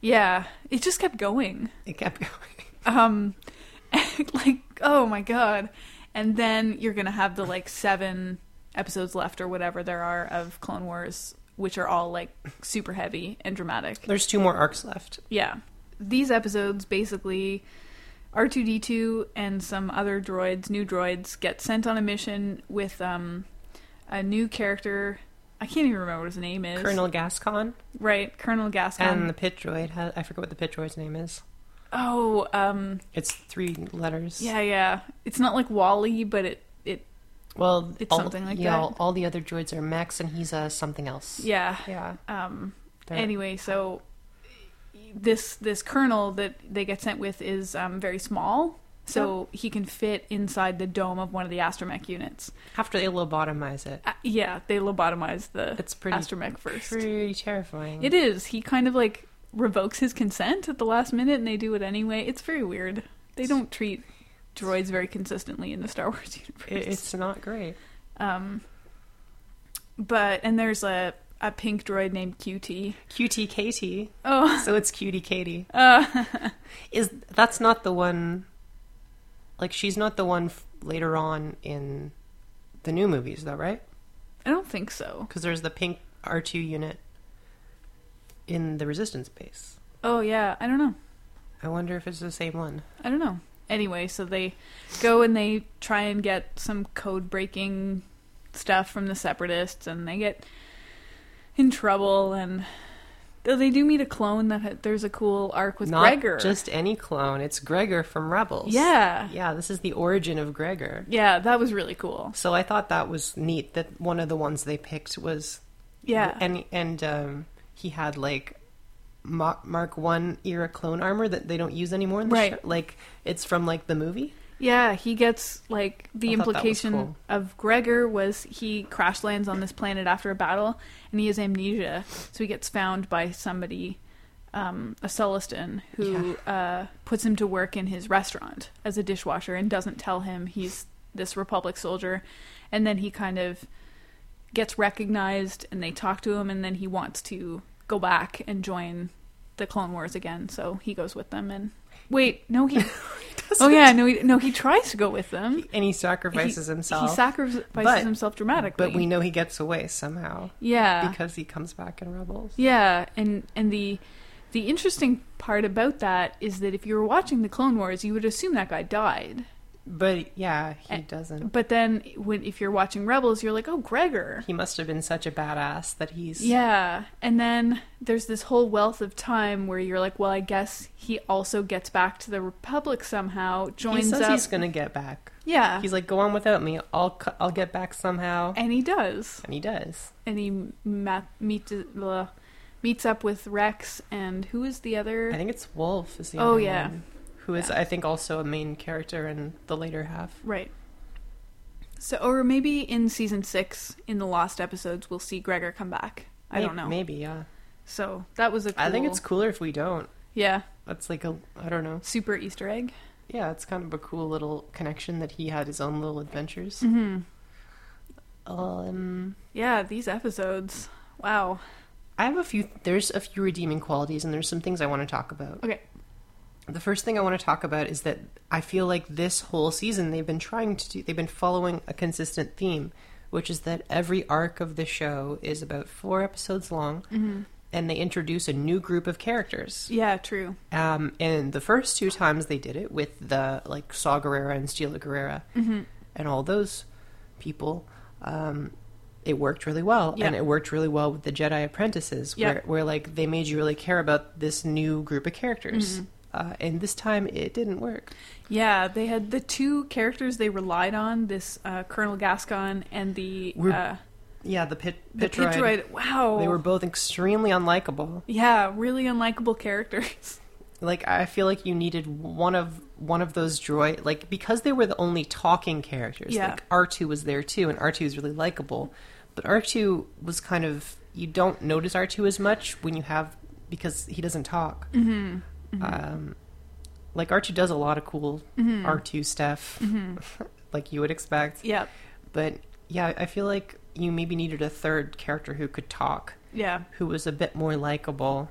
Speaker 2: yeah, it just kept going.
Speaker 1: It kept going.
Speaker 2: Um, like oh my god, and then you're gonna have the like seven episodes left or whatever there are of Clone Wars, which are all like super heavy and dramatic.
Speaker 1: There's two more arcs left.
Speaker 2: Yeah, these episodes basically. R2D2 and some other droids, new droids, get sent on a mission with um, a new character. I can't even remember what his name is. Um,
Speaker 1: Colonel Gascon
Speaker 2: Right, Colonel Gascon.
Speaker 1: and the pit droid. ha- I forget what the pit droid's name is.
Speaker 2: oh, um,
Speaker 1: It's three letters.
Speaker 2: yeah, yeah. It's not like Wally, but it, it
Speaker 1: Well,
Speaker 2: It's something like
Speaker 1: yeah,
Speaker 2: that.
Speaker 1: All, all the other droids are Max, and he's uh, something else.
Speaker 2: yeah.
Speaker 1: Yeah.
Speaker 2: Um,
Speaker 1: They're-
Speaker 2: anyway, so this this colonel that they get sent with is um, very small, so he can fit inside the dome of one of the astromech units.
Speaker 1: After they lobotomize it,
Speaker 2: Uh, yeah, they lobotomize the
Speaker 1: it's pretty
Speaker 2: astromech first.
Speaker 1: pretty terrifying.
Speaker 2: It is. He kind of like revokes his consent at the last minute, and they do it anyway. It's very weird. They don't treat droids very consistently in the Star Wars universe.
Speaker 1: It- It's not great.
Speaker 2: um, but and there's a a pink droid named QT.
Speaker 1: Cutie Katie.
Speaker 2: Oh,
Speaker 1: So it's Cutie Katie.
Speaker 2: uh,
Speaker 1: Is that's not the one? Like she's not the one f- later on in the new movies, though, right?
Speaker 2: I don't think so.
Speaker 1: Because there's the pink R2 unit in the Resistance base.
Speaker 2: Oh yeah, I don't know.
Speaker 1: I wonder if it's the same one.
Speaker 2: I don't know. Anyway, so they go and they try and get some code breaking stuff from the separatists, and they get in trouble. And though they do meet a clone that ha- there's a cool arc with
Speaker 1: Not
Speaker 2: Gregor.
Speaker 1: just any clone. It's Gregor from Rebels.
Speaker 2: yeah,
Speaker 1: Yeah, this is the origin of Gregor.
Speaker 2: yeah, that was really cool.
Speaker 1: So I thought that was neat that one of the ones they picked was
Speaker 2: Yeah,
Speaker 1: and and um, he had like Mo- Mark One era clone armor that they don't use anymore. In the
Speaker 2: Right.
Speaker 1: show. like it's from like the movie.
Speaker 2: yeah, he gets like the
Speaker 1: I thought that was
Speaker 2: implication
Speaker 1: cool.
Speaker 2: of Gregor was he crash lands on this planet after a battle, and he has amnesia, so he gets found by somebody. Um, a Celestin who uh, puts him to work in his restaurant as a dishwasher and doesn't tell him he's this Republic soldier, and then he kind of gets recognized and they talk to him and then he wants to go back and join the Clone Wars again, so he goes with them and wait, no he Oh yeah, no he no he tries to go with them.
Speaker 1: And he sacrifices
Speaker 2: He-
Speaker 1: himself,
Speaker 2: He sacrifices
Speaker 1: But-
Speaker 2: himself dramatically.
Speaker 1: but we know he gets away somehow
Speaker 2: Yeah.
Speaker 1: because he comes back in Rebels.
Speaker 2: Yeah, and and the the interesting part about that is that if you were watching the Clone Wars, you would assume that guy died.
Speaker 1: But yeah, he
Speaker 2: Eh,
Speaker 1: doesn't.
Speaker 2: But then when if you're watching Rebels, you're like, "Oh, Gregor."
Speaker 1: He must have been such a badass that he's
Speaker 2: Yeah. And then there's this whole wealth of time where you're like, well, I guess he also gets back to the Republic somehow,
Speaker 1: He
Speaker 2: joins
Speaker 1: says
Speaker 2: up.
Speaker 1: he's gonna get back.
Speaker 2: yeah.
Speaker 1: He's like, go on without me. I'll cu- I'll get back somehow,
Speaker 2: and he does.
Speaker 1: and he does.
Speaker 2: And he ma- meet, blah, meets up with Rex and who is the other?
Speaker 1: I think it's Wolf is the
Speaker 2: Oh,
Speaker 1: other
Speaker 2: yeah.
Speaker 1: one, who is
Speaker 2: Yeah.
Speaker 1: I think also a main character in the later half.
Speaker 2: Right. So, or maybe in season six, in the lost episodes, we'll see Gregor come back. I
Speaker 1: May-
Speaker 2: don't know.
Speaker 1: Maybe yeah.
Speaker 2: So that was a cool.
Speaker 1: I think it's cooler if we don't.
Speaker 2: yeah,
Speaker 1: That's like a I don't know.
Speaker 2: super Easter egg.
Speaker 1: Yeah, it's kind of a cool little connection that he had his own little adventures.
Speaker 2: Mm-hmm. Mm.
Speaker 1: Um,
Speaker 2: Yeah, these episodes. Wow.
Speaker 1: I have a few. There's a few redeeming qualities, and there's some things I want to talk about.
Speaker 2: Okay.
Speaker 1: The first thing I want to talk about is that I feel like this whole season they've been trying to do. They've been following a consistent theme, which is that every arc of the show is about four episodes long, and they introduce a new group of characters.
Speaker 2: Yeah, true.
Speaker 1: Um, and the first two times they did it with the like Saw Gerrera and Stila Guerrera and all those people, um, it worked really well,
Speaker 2: Yeah.
Speaker 1: and it worked really well with the Jedi apprentices,
Speaker 2: Yeah.
Speaker 1: where where like they made you really care about this new group of characters.
Speaker 2: Mm-hmm.
Speaker 1: Uh, and this time it didn't work.
Speaker 2: Yeah, they had the two characters they relied on: this uh, Colonel Gascon and the
Speaker 1: We're-
Speaker 2: uh,
Speaker 1: Yeah, the pit,
Speaker 2: the
Speaker 1: pit,
Speaker 2: Pit
Speaker 1: droid,
Speaker 2: Droid. oh. Wow,
Speaker 1: They were both extremely unlikable.
Speaker 2: yeah, really unlikable characters.
Speaker 1: Like I feel like you needed one of one of those droid like because they were the only talking characters.
Speaker 2: Yeah.
Speaker 1: Like R two was there too, and R two is really likable, but R two was kind of you don't notice R two as much when you have because he doesn't talk. Mm-hmm. Um, like R two does a lot of cool R two stuff, Mm-hmm. like you would expect.
Speaker 2: yep,
Speaker 1: But yeah, I feel like you maybe needed a third character who could talk
Speaker 2: yeah,
Speaker 1: who was a bit more likable.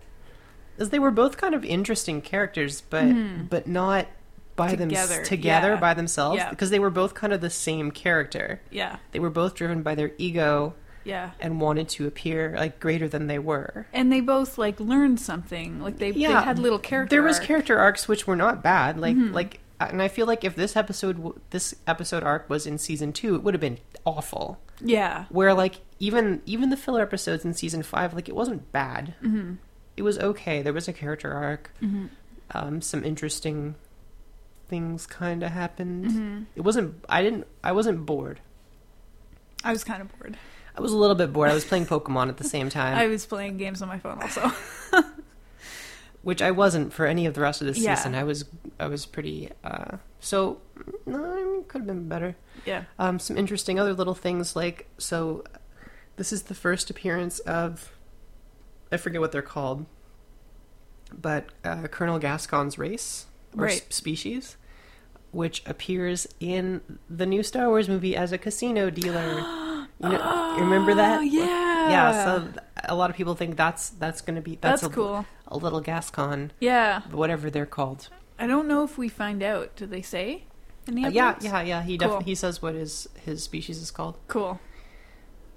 Speaker 1: As they were both kind of interesting characters, but but not by
Speaker 2: Mm-hmm. Together,
Speaker 1: themselves together
Speaker 2: yeah.
Speaker 1: by themselves
Speaker 2: Yeah.
Speaker 1: because they were both kind of the same character.
Speaker 2: yeah,
Speaker 1: They were both driven by their ego
Speaker 2: yeah.
Speaker 1: and wanted to appear like greater than they were.
Speaker 2: And they both like learned something. Like they,
Speaker 1: Yeah,
Speaker 2: they had little character.
Speaker 1: There was
Speaker 2: arc. Mm-hmm.
Speaker 1: character arcs which were not bad, like like uh, and I feel like if this episode w- this episode arc was in season 2, it would have been awful.
Speaker 2: Yeah,
Speaker 1: where like even even the filler episodes in season five like it wasn't bad
Speaker 2: Mm-hmm.
Speaker 1: it was okay there was a character arc um, some interesting things kind of happened
Speaker 2: Mm-hmm.
Speaker 1: it wasn't i didn't i wasn't bored
Speaker 2: I was kind of bored.
Speaker 1: i was a little bit bored i was playing pokemon at the same time
Speaker 2: I was playing games on my phone also.
Speaker 1: which i wasn't for any of the rest of the
Speaker 2: Yeah.
Speaker 1: season i was i was pretty uh so mm, no could have been better
Speaker 2: yeah,
Speaker 1: um, some interesting other little things like so this is the first appearance of i forget what they're called but uh, colonel gascon's race or
Speaker 2: Right.
Speaker 1: s- species which appears in the new star wars movie as a casino dealer you, know, you remember that
Speaker 2: Oh, yeah,
Speaker 1: yeah so th- a lot of people think that's that's gonna be
Speaker 2: Ah. that's,
Speaker 1: that's, a,
Speaker 2: cool.
Speaker 1: a little gascon
Speaker 2: Yeah,
Speaker 1: whatever they're called
Speaker 2: I don't know if we find out. Do they say? in the
Speaker 1: Uh,
Speaker 2: episodes?
Speaker 1: yeah, yeah, yeah. He
Speaker 2: Cool.
Speaker 1: definitely he says what his his species is called.
Speaker 2: Cool.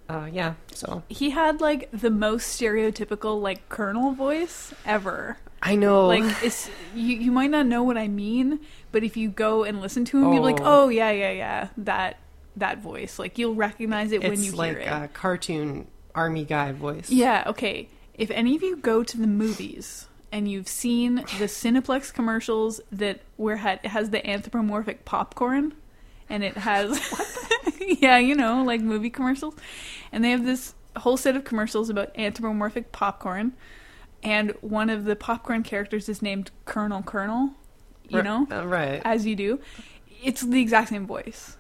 Speaker 1: Uh, yeah. So
Speaker 2: He had like the most stereotypical like colonel voice ever.
Speaker 1: I know.
Speaker 2: Like it's you, you might not know what I mean, but if you go and listen to him, you'll be like,
Speaker 1: Oh.
Speaker 2: oh yeah, yeah, yeah, that that voice. Like you'll recognize it
Speaker 1: it's
Speaker 2: when you
Speaker 1: like
Speaker 2: hear it.
Speaker 1: a cartoon army guy voice.
Speaker 2: Yeah, okay. If any of you go to the movies and you've seen the Cineplex commercials that where had it has the anthropomorphic popcorn and it has Yeah, you know, like movie commercials. And they have this whole set of commercials about anthropomorphic popcorn and one of the popcorn characters is named Colonel Colonel, you
Speaker 1: Ri-
Speaker 2: know,
Speaker 1: uh, right.
Speaker 2: as you do. It's the exact same voice.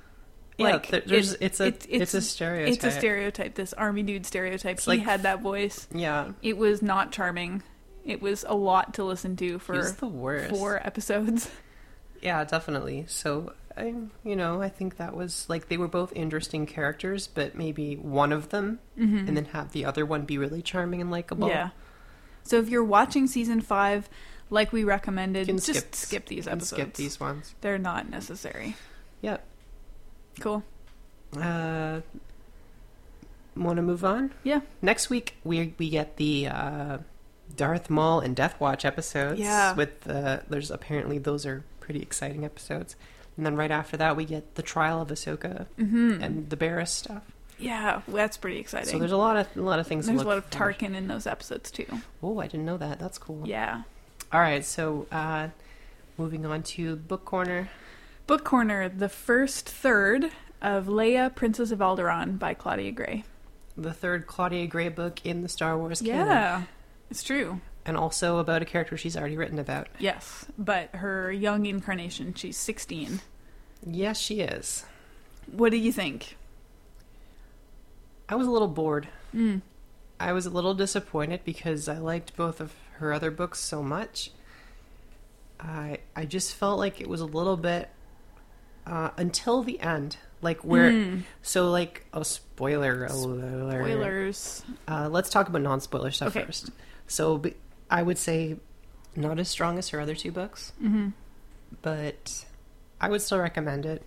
Speaker 1: yeah, there- there's,
Speaker 2: it-
Speaker 1: it's a
Speaker 2: it-
Speaker 1: it's, a stereotype.
Speaker 2: It's a stereotype. This army dude stereotype.
Speaker 1: It's
Speaker 2: he
Speaker 1: like-
Speaker 2: had that voice.
Speaker 1: Yeah,
Speaker 2: It was not charming. It was a lot to listen to
Speaker 1: for, he's
Speaker 2: for
Speaker 1: the worst.
Speaker 2: four episodes.
Speaker 1: Yeah, definitely. So I, you know, I think that was like they were both interesting characters, but maybe one of them, Mm-hmm. and then have the other one be really charming and likable.
Speaker 2: Mm-hmm. yeah. So if you're watching season five, like we recommended,
Speaker 1: You can
Speaker 2: just skip,
Speaker 1: skip
Speaker 2: these
Speaker 1: and
Speaker 2: episodes.
Speaker 1: skip these ones.
Speaker 2: They're not necessary.
Speaker 1: Yep.
Speaker 2: Cool.
Speaker 1: Uh, Want to move on?
Speaker 2: Yeah.
Speaker 1: Next week we we get the uh, Darth Maul and Death Watch episodes.
Speaker 2: Yeah.
Speaker 1: With uh, there's apparently those are pretty exciting episodes, and then right after that we get the trial of Ahsoka
Speaker 2: hmm
Speaker 1: and the Barris stuff.
Speaker 2: Yeah, well, that's pretty exciting.
Speaker 1: So there's a lot of a lot of things. to
Speaker 2: There's a
Speaker 1: look
Speaker 2: lot of
Speaker 1: forward-
Speaker 2: Tarkin in those episodes too.
Speaker 1: Oh, I didn't know that. That's cool.
Speaker 2: Yeah.
Speaker 1: All right, so uh, moving on to book corner.
Speaker 2: Book Corner, the first third of Leia, Princess of Alderaan by Claudia Gray.
Speaker 1: The third Claudia Gray book in the Star Wars canon,
Speaker 2: Yeah. It's true.
Speaker 1: and also about a character she's already written about.
Speaker 2: Yes. But her young incarnation, she's 16.
Speaker 1: Yes, she is.
Speaker 2: What do you think?
Speaker 1: I was a little bored.
Speaker 2: Mm.
Speaker 1: I was a little disappointed because I liked both of her other books so much. I I just felt like it was a little bit uh, until the end, like where.
Speaker 2: Mm.
Speaker 1: So like, oh, spoiler alert!
Speaker 2: Spoilers.
Speaker 1: Uh, let's talk about non-spoiler stuff
Speaker 2: Okay.
Speaker 1: first. So b- I would say not as strong as her other two books,
Speaker 2: Mm-hmm.
Speaker 1: but I would still recommend it.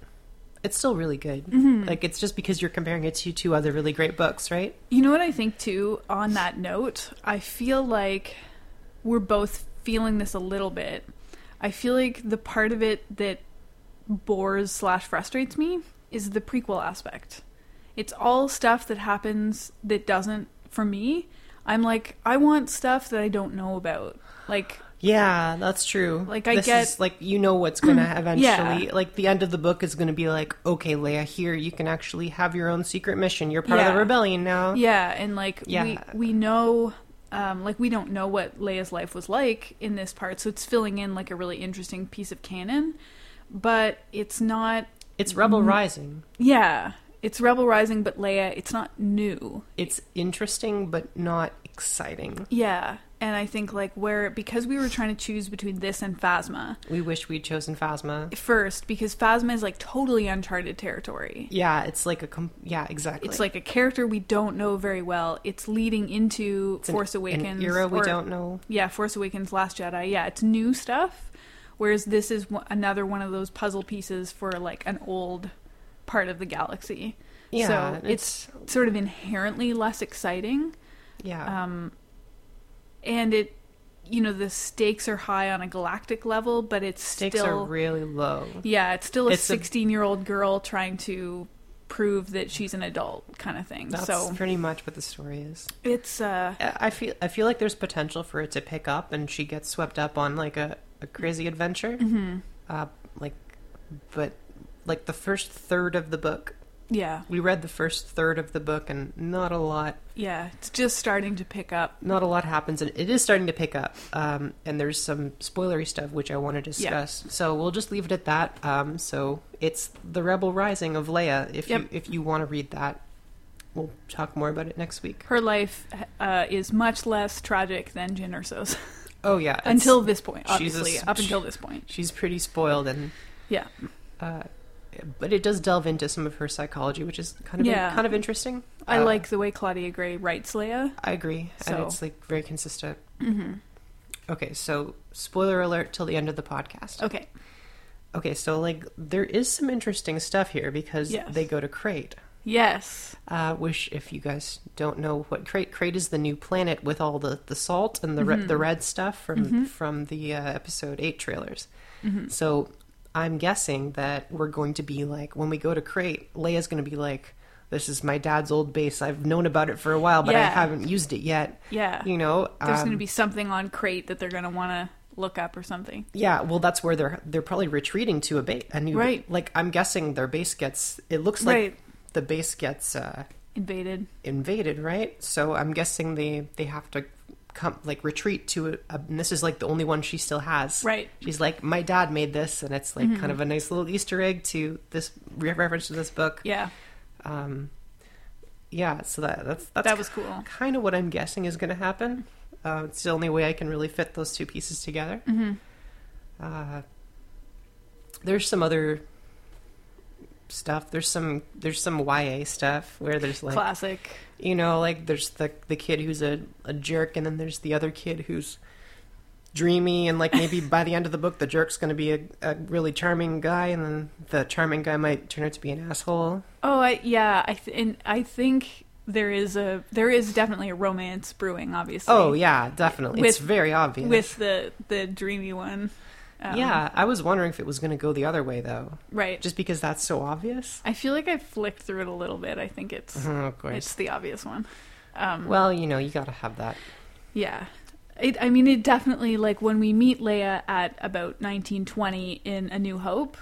Speaker 1: It's still really good.
Speaker 2: Mhm.
Speaker 1: Like it's just because you're comparing it to two other really great books, right?
Speaker 2: You know what I think too. On that note, I feel like we're both feeling this a little bit. I feel like the part of it that bores slash frustrates me is the prequel aspect. It's all stuff that happens that doesn't for me. I'm like, I want stuff that I don't know about. Like,
Speaker 1: Yeah, that's true.
Speaker 2: Like, I
Speaker 1: This
Speaker 2: get-
Speaker 1: is, like you know what's going to eventually like the end of the book is going to be like, okay, Leia, here you can actually have your own secret mission. You're part of
Speaker 2: Yeah.
Speaker 1: the rebellion now.
Speaker 2: Yeah, and like we
Speaker 1: Yeah.
Speaker 2: we know um, like we don't know what Leia's life was like in this part, so it's filling in like a really interesting piece of canon, but it's not
Speaker 1: It's Rebel
Speaker 2: Mm-hmm.
Speaker 1: Rising.
Speaker 2: yeah, it's Rebel Rising but Leia, it's not new.
Speaker 1: It's interesting but not exciting.
Speaker 2: Yeah. And I think like where because we were trying to choose between this and Phasma
Speaker 1: We wish we'd chosen Phasma.
Speaker 2: first because Phasma is like totally uncharted territory.
Speaker 1: Yeah, it's like a com- yeah, exactly.
Speaker 2: It's like a character we don't know very well. It's leading into
Speaker 1: It's an-
Speaker 2: Force Awakens
Speaker 1: an era we
Speaker 2: or-
Speaker 1: don't know.
Speaker 2: yeah force awakens last jedi yeah it's new stuff whereas this is one, another one of those puzzle pieces for like an old part of the galaxy
Speaker 1: Yeah,
Speaker 2: so it's, sort of inherently less exciting
Speaker 1: yeah,
Speaker 2: um and it you know the stakes are high on a galactic level but it's
Speaker 1: stakes
Speaker 2: still
Speaker 1: are really low.
Speaker 2: yeah it's still a
Speaker 1: It's a-
Speaker 2: 16 year old girl trying to prove that she's an adult kind of thing
Speaker 1: That's
Speaker 2: so
Speaker 1: pretty much what the story is.
Speaker 2: it's uh
Speaker 1: I I feel I feel like there's potential for it to pick up, and she gets swept up on like a, a crazy adventure.
Speaker 2: mhm.
Speaker 1: Uh, like, but like the first third of the book,
Speaker 2: yeah
Speaker 1: we read the first third of the book, and not a lot
Speaker 2: yeah it's just starting to pick up
Speaker 1: not a lot happens, and it is starting to pick up. Um, and there's some spoilery stuff which I want to discuss, so we'll just leave it at that. Um, so it's the Rebel Rising of Leia. If
Speaker 2: Yep.
Speaker 1: you if you want to read that, we'll talk more about it next week.
Speaker 2: her life uh, is much less tragic than Jin Erso's
Speaker 1: Oh yeah, it's-
Speaker 2: until this point.
Speaker 1: she's a
Speaker 2: Obviously,
Speaker 1: s-
Speaker 2: up until this point,
Speaker 1: she's pretty spoiled, and
Speaker 2: Yeah.
Speaker 1: uh, but it does delve into some of her psychology, which is kind of
Speaker 2: Yeah.
Speaker 1: kind of interesting.
Speaker 2: I
Speaker 1: Uh,
Speaker 2: like the way Claudia Gray writes Leia.
Speaker 1: I agree,
Speaker 2: So-
Speaker 1: and it's like very consistent.
Speaker 2: Mm-hmm. Oh.
Speaker 1: Okay, so spoiler alert till the end of the podcast.
Speaker 2: Okay,
Speaker 1: okay, so like there is some interesting stuff here because
Speaker 2: Yes.
Speaker 1: they go to Crate.
Speaker 2: Yes.
Speaker 1: Uh, which, if you guys don't know what Crate, Crate is the new planet with all the, the salt and the re- the
Speaker 2: Mm-hmm.
Speaker 1: red stuff from from the uh, episode eight trailers.
Speaker 2: Mm-hmm.
Speaker 1: So I'm guessing that we're going to be like when we go to Crate, Leia's going to be like, "This is my dad's old base. I've known about it for a while, but I
Speaker 2: Yeah.
Speaker 1: haven't used it yet."
Speaker 2: Yeah.
Speaker 1: You know,
Speaker 2: There's
Speaker 1: um,
Speaker 2: going to be something on crate that they're going to want to look up or something.
Speaker 1: Yeah, well, that's where they're they're probably retreating to a base. A new,
Speaker 2: Right.
Speaker 1: Like I'm guessing their base gets. It looks like
Speaker 2: Right.
Speaker 1: the base gets uh,
Speaker 2: Invaded.
Speaker 1: invaded, right? So I'm guessing they they have to come like retreat to a, a- and this is like the only one she still has.
Speaker 2: Right. Mm-hmm.
Speaker 1: She's like, my dad made this, and it's like kind of a nice little Easter egg to this re- reference to this book.
Speaker 2: Yeah.
Speaker 1: Um, yeah. So that that's that's
Speaker 2: that was cool.
Speaker 1: kind of what I'm guessing is going to happen. Uh, it's the only way I can really fit those two pieces together. Uh, there's some other stuff. There's some there's some YA stuff where there's like
Speaker 2: Classic.
Speaker 1: you know like there's the the kid who's a, a jerk and then there's the other kid who's dreamy and like maybe by the end of the book the jerk's going to be a, a really charming guy and then the charming guy might turn out to be an asshole.
Speaker 2: Oh, I, yeah. I th- and I think there is a there is definitely a romance brewing. Obviously.
Speaker 1: Oh yeah, definitely. it's
Speaker 2: With-
Speaker 1: very obvious.
Speaker 2: With the the dreamy one. Um,
Speaker 1: yeah, I was wondering if it was going to go the other way though,
Speaker 2: Right.
Speaker 1: just because that's so obvious.
Speaker 2: I feel like I flicked through it a little bit. I think it's
Speaker 1: Mhm, of course.
Speaker 2: it's the obvious one. Um,
Speaker 1: well, you know, you got to have that.
Speaker 2: Yeah. It, I mean, it definitely, like, when we meet Leia at about 1920 in A New Hope,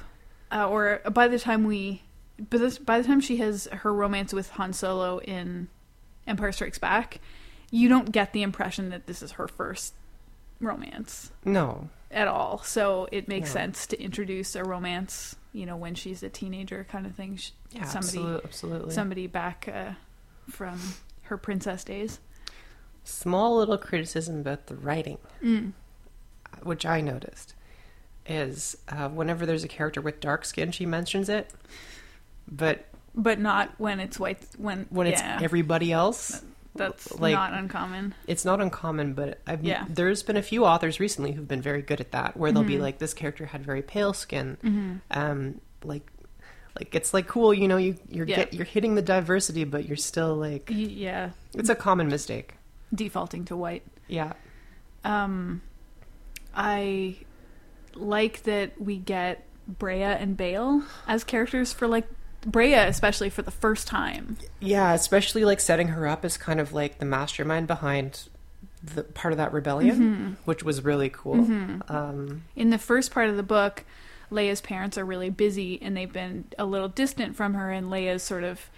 Speaker 2: uh, or by the time we. By, this, by the time she has her romance with Han Solo in Empire Strikes Back, you don't get the impression that this is her first romance
Speaker 1: No.
Speaker 2: at all. So it makes
Speaker 1: No.
Speaker 2: sense to introduce a romance, you know, when she's a teenager kind of thing. She,
Speaker 1: Yeah,
Speaker 2: somebody,
Speaker 1: absolu- absolutely.
Speaker 2: somebody back uh, from her princess days.
Speaker 1: Small little criticism about the writing,
Speaker 2: Mm.
Speaker 1: which I noticed, is uh, whenever there's a character with dark skin, she mentions it. But
Speaker 2: but not when it's white when
Speaker 1: when it's
Speaker 2: yeah,
Speaker 1: everybody else,
Speaker 2: that's
Speaker 1: like-
Speaker 2: not uncommon
Speaker 1: it's not uncommon. But I've,
Speaker 2: Yeah. Mm-hmm.
Speaker 1: there's been a few authors recently who've been very good at that, where they'll be like, this character had very pale skin. Um, like, like it's like cool, you know, you you're
Speaker 2: Yeah.
Speaker 1: get, you're hitting the diversity, but you're still like,
Speaker 2: Y- yeah
Speaker 1: it's a common mistake.
Speaker 2: defaulting to white
Speaker 1: Yeah.
Speaker 2: um i like that we get brea and bale as characters for like brea especially for the first time
Speaker 1: Yeah, especially like setting her up as kind of like the mastermind behind the part of that
Speaker 2: Mm-hmm.
Speaker 1: rebellion, which was really cool. Um,
Speaker 2: in the first part of the book leia's parents are really busy and they've been a little distant from her and leia's sort of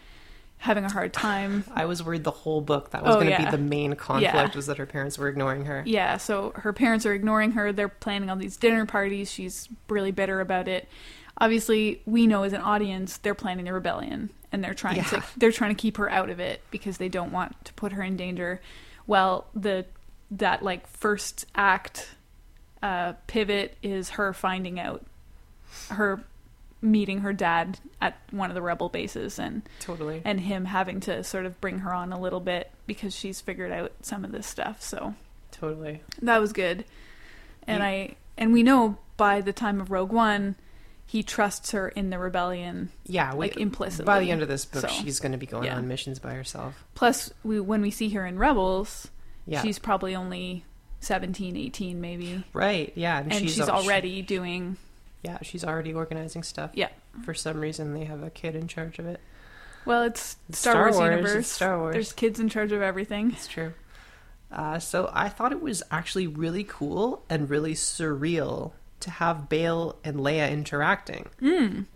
Speaker 2: having a hard time
Speaker 1: I was worried the whole book that was
Speaker 2: Oh,
Speaker 1: going to
Speaker 2: yeah.
Speaker 1: be the main conflict
Speaker 2: Yeah.
Speaker 1: was that her parents were ignoring her.
Speaker 2: Yeah, so her parents are ignoring her. They're planning all these dinner parties. She's really bitter about it. Obviously, we know as an audience they're planning the rebellion and they're trying
Speaker 1: Yeah.
Speaker 2: to they're trying to keep her out of it because they don't want to put her in danger. Well, the that like first act uh, pivot is her finding out her meeting her dad at one of the rebel bases and
Speaker 1: Totally.
Speaker 2: and him having to sort of bring her on a little bit because she's figured out some of this stuff. So
Speaker 1: Totally.
Speaker 2: that was good. And
Speaker 1: Yeah.
Speaker 2: I and we know by the time of Rogue One, he trusts her in the rebellion.
Speaker 1: Yeah, we,
Speaker 2: Like, implicitly.
Speaker 1: By the end of this book,
Speaker 2: So,
Speaker 1: she's going to be going
Speaker 2: yeah.
Speaker 1: on missions by herself.
Speaker 2: Plus, we when we see her in Rebels,
Speaker 1: Yeah.
Speaker 2: she's probably only 17, 18 maybe.
Speaker 1: right. Yeah,
Speaker 2: And she's,
Speaker 1: al- she-
Speaker 2: already doing
Speaker 1: yeah, she's already organizing stuff.
Speaker 2: Yeah.
Speaker 1: For some reason, they have a kid in charge of it.
Speaker 2: well, it's
Speaker 1: It's
Speaker 2: Star,
Speaker 1: Star
Speaker 2: Wars,
Speaker 1: Wars, it's
Speaker 2: universe.
Speaker 1: Star Wars.
Speaker 2: There's kids in charge of everything.
Speaker 1: It's true. Uh, so I thought it was actually really cool and really surreal to have Bale and Leia interacting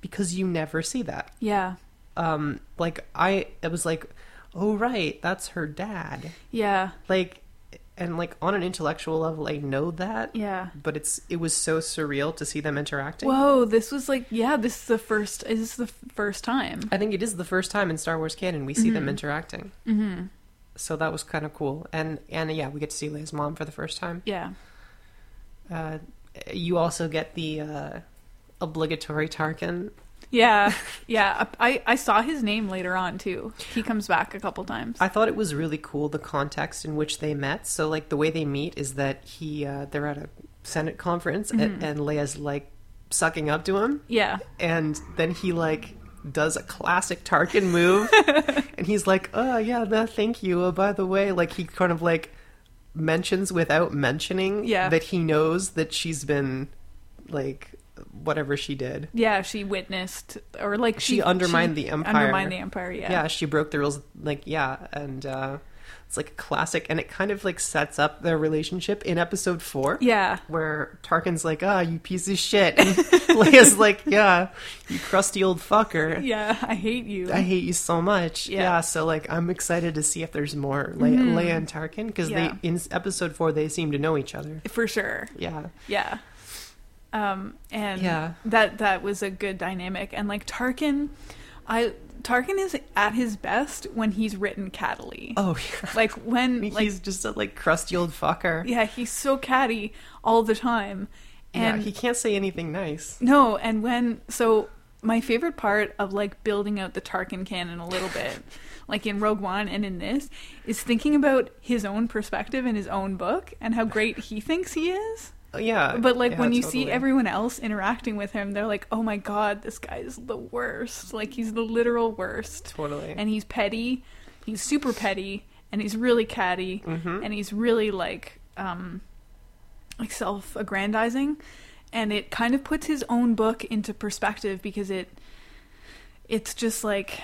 Speaker 1: because you never see that.
Speaker 2: Yeah.
Speaker 1: Um, like I, it was like, oh right, that's her dad.
Speaker 2: Yeah.
Speaker 1: Like, and like on an intellectual level, I know that,
Speaker 2: Yeah.
Speaker 1: but it's it was so surreal to see them interacting.
Speaker 2: Whoa, this was like yeah, this is the first is this the f- first time.
Speaker 1: I think it is the first time in Star Wars canon we see them interacting. Mm-hmm. So that was kind of cool, and and yeah, we get to see Leia's mom for the first time.
Speaker 2: Yeah.
Speaker 1: Uh, you also get the uh, obligatory Tarkin.
Speaker 2: Yeah. Yeah, I I saw his name later on too. He comes back a couple times.
Speaker 1: I thought it was really cool the context in which they met. So like the way they meet is that he uh, they're at a Senate conference and, and Leia's like sucking up to him.
Speaker 2: Yeah.
Speaker 1: and then he like does a classic Tarkin move, and he's like, "Oh yeah, no, thank you. Oh, by the way, like he kind of like mentions without mentioning
Speaker 2: Yeah.
Speaker 1: that he knows that she's been like whatever she did.
Speaker 2: Yeah, she witnessed or like
Speaker 1: She
Speaker 2: she
Speaker 1: undermined
Speaker 2: she
Speaker 1: the empire.
Speaker 2: Undermined the empire, yeah.
Speaker 1: Yeah. she broke the rules. Like yeah, and uh, it's like a classic, and it kind of like sets up their relationship in episode four.
Speaker 2: Yeah.
Speaker 1: Where Tarkin's like, ah, you piece of shit. And Leia's like, yeah, you crusty old fucker.
Speaker 2: Yeah, I hate you.
Speaker 1: I hate you so much.
Speaker 2: Yeah. Mm-hmm.
Speaker 1: Yeah. So like, I'm excited to see if there's more Leia, Leia and Tarkin because
Speaker 2: Yeah.
Speaker 1: they in episode four they seem to know each other.
Speaker 2: For sure.
Speaker 1: Yeah.
Speaker 2: Yeah. Um and
Speaker 1: Yeah.
Speaker 2: that that was a good dynamic and like Tarkin I Tarkin is at his best when he's written cattily.
Speaker 1: Oh, yeah.
Speaker 2: Like when like
Speaker 1: he's just a like crusty old fucker.
Speaker 2: yeah, he's so catty all the time.
Speaker 1: Yeah,
Speaker 2: And
Speaker 1: he can't say anything nice.
Speaker 2: No, and when so my favorite part of like building out the Tarkin canon a little bit, like in Rogue One and in this, is thinking about his own perspective in his own book and how great he thinks he is.
Speaker 1: Oh, Yeah.
Speaker 2: But like
Speaker 1: Yeah,
Speaker 2: when you see
Speaker 1: totally.
Speaker 2: everyone else interacting with him, they're like, "Oh my god, this guy is the worst. Like he's the literal worst."
Speaker 1: Totally.
Speaker 2: And he's petty. He's super petty and he's really catty
Speaker 1: Mm-hmm.
Speaker 2: and he's really like um like self-aggrandizing and it kind of puts his own book into perspective because it it's just like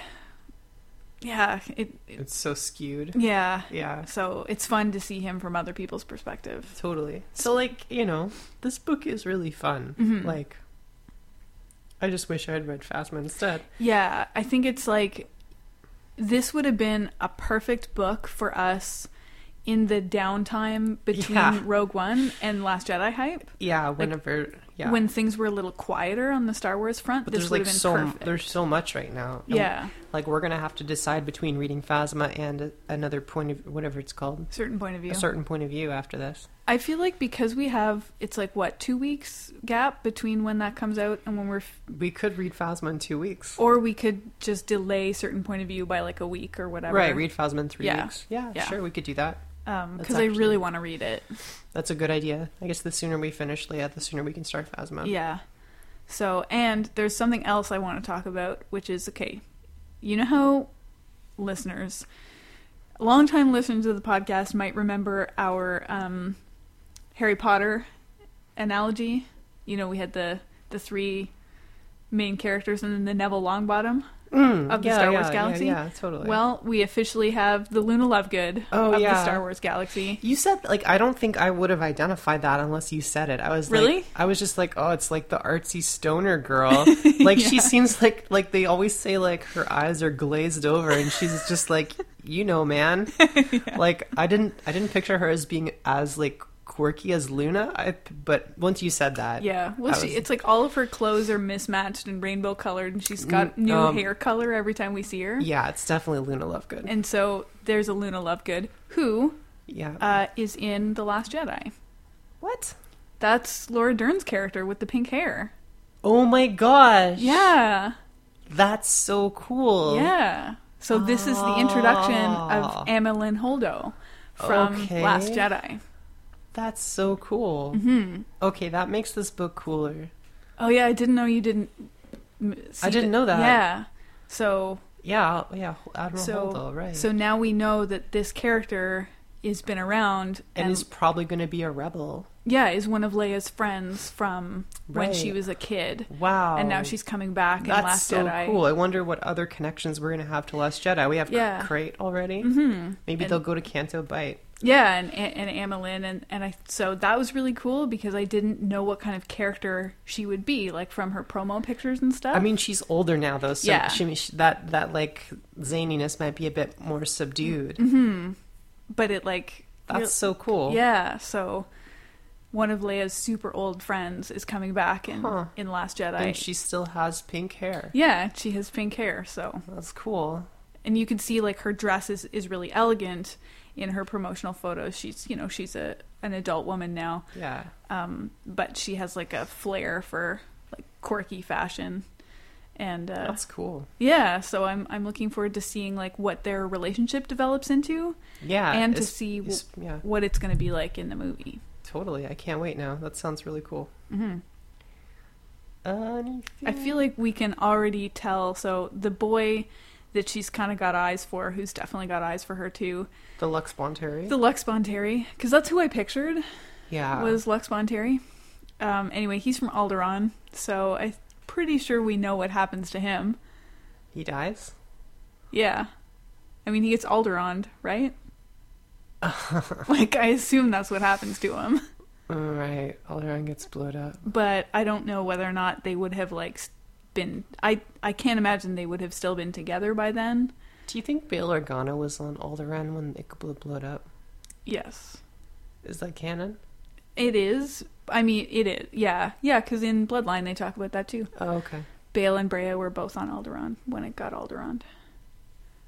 Speaker 2: yeah, it, it
Speaker 1: it's so skewed.
Speaker 2: yeah.
Speaker 1: Yeah.
Speaker 2: So it's fun to see him from other people's perspective.
Speaker 1: Totally. So like you know, this book is really fun.
Speaker 2: Mm-hmm.
Speaker 1: Like, I just wish I had read Phasma instead.
Speaker 2: Yeah, I think it's like this would have been a perfect book for us in the downtime between
Speaker 1: Yeah.
Speaker 2: Rogue One and Last Jedi hype.
Speaker 1: Yeah. Whenever. yeah.
Speaker 2: When things were a little quieter on the Star Wars front,
Speaker 1: but
Speaker 2: this
Speaker 1: there's
Speaker 2: would
Speaker 1: like
Speaker 2: have been
Speaker 1: so
Speaker 2: perfect.
Speaker 1: there's so much right now. And
Speaker 2: yeah,
Speaker 1: Like we're gonna have to decide between reading Phasma and a, another point of whatever it's called,
Speaker 2: certain point of view.
Speaker 1: a certain point of view after this.
Speaker 2: I feel like because we have it's like what two weeks gap between when that comes out and when we're, f-
Speaker 1: We could read Phasma in two weeks,
Speaker 2: or we could just delay certain point of view by like a week or whatever.
Speaker 1: right? Read Phasma in three
Speaker 2: Yeah.
Speaker 1: weeks. Yeah,
Speaker 2: Yeah.
Speaker 1: sure, we could do that. That's
Speaker 2: because I
Speaker 1: actually-
Speaker 2: really want to read it.
Speaker 1: That's a good idea. I guess the sooner we finish Leia, the sooner we can start Phasma.
Speaker 2: Yeah. So, and there's something else I want to talk about, which is okay, you know how listeners, longtime listeners of the podcast might remember our um, Harry Potter analogy. You know, we had the the three main characters and then the Neville Longbottom.
Speaker 1: Mm,
Speaker 2: Of the
Speaker 1: yeah,
Speaker 2: Star
Speaker 1: yeah,
Speaker 2: Wars
Speaker 1: yeah,
Speaker 2: galaxy?
Speaker 1: Oh, Yeah, totally.
Speaker 2: Well, we officially have the Luna Lovegood
Speaker 1: Oh,
Speaker 2: of the
Speaker 1: yeah.
Speaker 2: Star Wars galaxy.
Speaker 1: you said like I don't think I would have identified that unless you said it. I was like-
Speaker 2: Really?
Speaker 1: I was just like, oh, it's like the artsy stoner girl. Like she seems like like they always say like her eyes are glazed over, and she's just like, you know, man. Like I didn't I didn't picture her as being as like quirky as Luna. I but once you said that,
Speaker 2: Yeah, well,
Speaker 1: I
Speaker 2: she,
Speaker 1: was-
Speaker 2: it's like all of her clothes are mismatched and rainbow colored, and she's got new
Speaker 1: um,
Speaker 2: hair color every time we see her.
Speaker 1: yeah, it's definitely Luna Lovegood.
Speaker 2: And so there's a Luna Lovegood who
Speaker 1: yeah,
Speaker 2: uh, is in The Last Jedi.
Speaker 1: what?
Speaker 2: That's Laura Dern's character with the pink hair.
Speaker 1: Oh my gosh!
Speaker 2: Yeah,
Speaker 1: that's so cool.
Speaker 2: yeah. So this is the introduction
Speaker 1: Oh.
Speaker 2: of Emma Lynn Holdo from
Speaker 1: Okay.
Speaker 2: Last Jedi.
Speaker 1: that's so cool. Mm-hmm. Okay, that makes this book cooler.
Speaker 2: Oh yeah, I didn't know you didn't. m- see
Speaker 1: didn't know that.
Speaker 2: Yeah. So
Speaker 1: Yeah, yeah, Admiral
Speaker 2: so
Speaker 1: Holdo, right?
Speaker 2: so now we know that this character has been around
Speaker 1: and is probably going to be a rebel.
Speaker 2: yeah is one of Leia's friends from when she
Speaker 1: Right.
Speaker 2: was a kid.
Speaker 1: Wow.
Speaker 2: and now she's coming back in
Speaker 1: That's
Speaker 2: Last
Speaker 1: so
Speaker 2: Jedi.
Speaker 1: cool. I wonder what other connections we're going to have to Last Jedi. We have
Speaker 2: Yeah.
Speaker 1: yeah. Crate already. Mm-hmm. Maybe
Speaker 2: And-
Speaker 1: they'll go to Canto Bite.
Speaker 2: Yeah, and and Amelin and and I so that was really cool because I didn't know what kind of character she would be like from her promo pictures and stuff.
Speaker 1: I mean, she's older now though, so
Speaker 2: Oh. Yeah.
Speaker 1: she, she- that that like zaniness might be a bit more subdued.
Speaker 2: but it like
Speaker 1: That's so cool.
Speaker 2: Mm-hmm. yeah. So one of Leia's super old friends is coming back in
Speaker 1: Huh.
Speaker 2: in Last Jedi.
Speaker 1: And she still has pink hair.
Speaker 2: yeah, she has pink hair. So
Speaker 1: That's cool.
Speaker 2: and you can see like her dress is is really elegant in her promotional photos. She's you know she's a an adult woman now.
Speaker 1: Yeah.
Speaker 2: um, but she has like a flair for like quirky fashion and uh,
Speaker 1: That's cool.
Speaker 2: yeah so I'm, I'm looking forward to seeing like what their relationship develops into
Speaker 1: Yeah.
Speaker 2: and to
Speaker 1: Uh, it's-
Speaker 2: see w-
Speaker 1: it's- yeah,
Speaker 2: what it's going to be like in the movie
Speaker 1: totally. I can't wait now. That sounds really cool. anything.
Speaker 2: I feel like we can already tell. So the boy that she's kind of got eyes for, who's definitely got eyes for her too,
Speaker 1: the Lux Bon Terry.
Speaker 2: the Lux Bon Terry, because that's who I pictured
Speaker 1: yeah.
Speaker 2: was Lux Bon Terry. Um, anyway, he's from Alderaan, so I'm pretty sure we know what happens to him.
Speaker 1: he dies?
Speaker 2: Yeah, I mean he gets Alderoned, right? like I assume that's what happens to him.
Speaker 1: Right. Alderaan gets blown up.
Speaker 2: but I don't know whether or not they would have like s- been. I I can't imagine they would have still been together by then.
Speaker 1: Do you think Bail Organa was on Alderaan when Ichabod blowed up?
Speaker 2: Yes,
Speaker 1: Is that canon?
Speaker 2: it is. I mean, it is. Yeah, yeah. Because in Bloodline, they talk about that too.
Speaker 1: Oh, okay.
Speaker 2: Bale and Brea were both on Alderaan when it got Alderaan.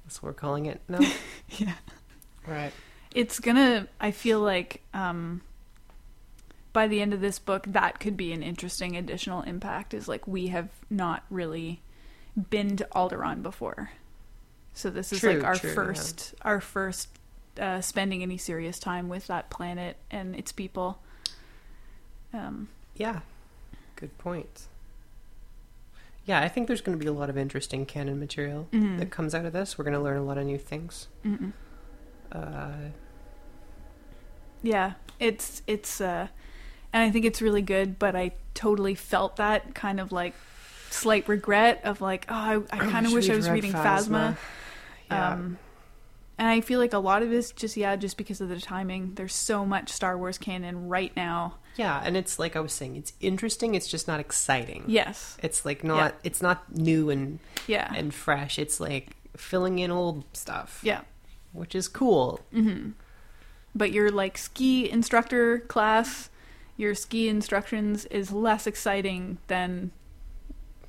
Speaker 1: That's what we're calling it now?
Speaker 2: Yeah,
Speaker 1: right.
Speaker 2: it's gonna. I feel like um, by the end of this book, that could be an interesting additional impact. Is like we have not really been to Alderaan before, so this is
Speaker 1: True,
Speaker 2: like our
Speaker 1: true, yeah.
Speaker 2: first our first uh, spending any serious time with that planet and its people. Um,
Speaker 1: Yeah. Good point. Yeah, I think there's going to be a lot of interesting canon material
Speaker 2: Mhm.
Speaker 1: that comes out of this. We're going to learn a lot of new things.
Speaker 2: mm-mm.
Speaker 1: Uh,
Speaker 2: Yeah, it's it's uh and I think it's really good, but I totally felt that kind of like slight regret of like, oh, I, I kind of wish I was reading Phasma.
Speaker 1: Yeah.
Speaker 2: Um and I feel like a lot of this just yeah, just because of the timing. There's so much Star Wars canon right now.
Speaker 1: yeah, and it's like I was saying, it's interesting. It's just not exciting.
Speaker 2: Yes.
Speaker 1: It's like not. It's not new and
Speaker 2: Yeah.
Speaker 1: and fresh. It's like filling in old stuff.
Speaker 2: yeah.
Speaker 1: which is cool.
Speaker 2: Mm-hmm. But your like ski instructor class, your ski instructions is less exciting than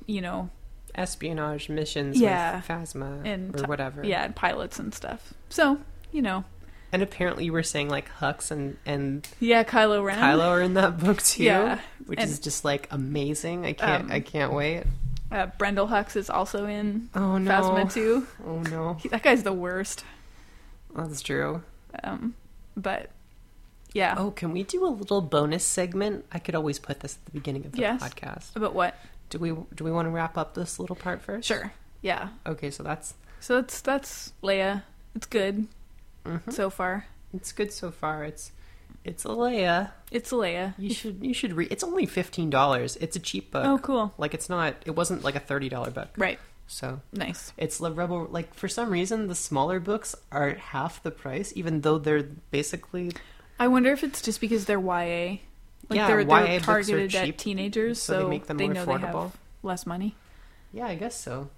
Speaker 2: you know,
Speaker 1: Espionage missions.
Speaker 2: Yeah.
Speaker 1: with Phasma
Speaker 2: And
Speaker 1: or
Speaker 2: t-
Speaker 1: whatever.
Speaker 2: yeah, and pilots and stuff. So, you know.
Speaker 1: and apparently you were saying like Hux and and
Speaker 2: Yeah, Kylo Ren.
Speaker 1: Kylo are in that book too.
Speaker 2: Yeah,
Speaker 1: which
Speaker 2: and-
Speaker 1: is just like amazing. I can't.
Speaker 2: Um,
Speaker 1: I can't wait.
Speaker 2: Uh, Brendel Hux is also in
Speaker 1: Oh no.
Speaker 2: Phasma 2.
Speaker 1: Oh no.
Speaker 2: He- that guy's the worst.
Speaker 1: That's true.
Speaker 2: Um, but yeah.
Speaker 1: Oh, can we do a little bonus segment? I could always put this at the beginning of the
Speaker 2: Yes.
Speaker 1: podcast.
Speaker 2: About what?
Speaker 1: Do we do we want to wrap up this little part first?
Speaker 2: Sure. Yeah.
Speaker 1: Okay, so that's
Speaker 2: So that's that's Leia. It's good
Speaker 1: mhm.
Speaker 2: so far.
Speaker 1: it's good so far. It's it's a Leia.
Speaker 2: It's Leia.
Speaker 1: You should you should read. It's only fifteen dollars. It's a cheap book.
Speaker 2: Oh, cool.
Speaker 1: Like it's not. It wasn't like a thirty dollar book.
Speaker 2: Right.
Speaker 1: So
Speaker 2: Nice.
Speaker 1: it's the rebel. Like for some reason, the smaller books are half the price, even though they're basically
Speaker 2: I wonder if it's just because they're YA. Like
Speaker 1: Yeah,
Speaker 2: they're,
Speaker 1: YA
Speaker 2: they're
Speaker 1: books are
Speaker 2: targeted
Speaker 1: cheap,
Speaker 2: at teenagers, so,
Speaker 1: so they make them more
Speaker 2: know they
Speaker 1: affordable.
Speaker 2: have less money.
Speaker 1: Yeah, I guess so.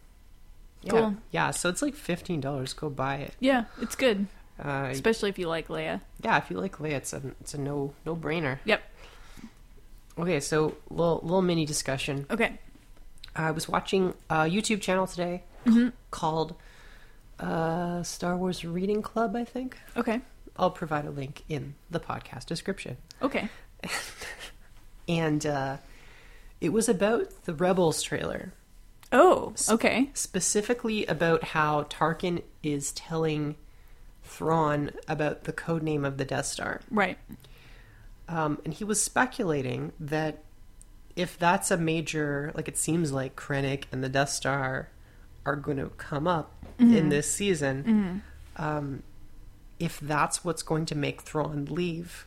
Speaker 1: Yeah.
Speaker 2: Cool.
Speaker 1: Yeah, so it's like fifteen dollars. Go buy it.
Speaker 2: Yeah, it's good,
Speaker 1: Uh,
Speaker 2: especially if you like Leia.
Speaker 1: yeah, if you like Leia, it's a it's a no no brainer.
Speaker 2: Yep.
Speaker 1: Okay, so little little mini discussion.
Speaker 2: Okay.
Speaker 1: I was watching a YouTube channel today
Speaker 2: Mhm.
Speaker 1: called uh, Star Wars Reading Club. I think
Speaker 2: Okay.
Speaker 1: I'll provide a link in the podcast description.
Speaker 2: Okay.
Speaker 1: And uh, it was about the Rebels trailer.
Speaker 2: Oh, okay.
Speaker 1: specifically about how Tarkin is telling Thrawn about the code name of the Death Star.
Speaker 2: Right.
Speaker 1: Um, and he was speculating that if that's a major, like it seems like Krennic and the Death Star are going to come up in this season, um, if that's what's going to make Thrawn leave,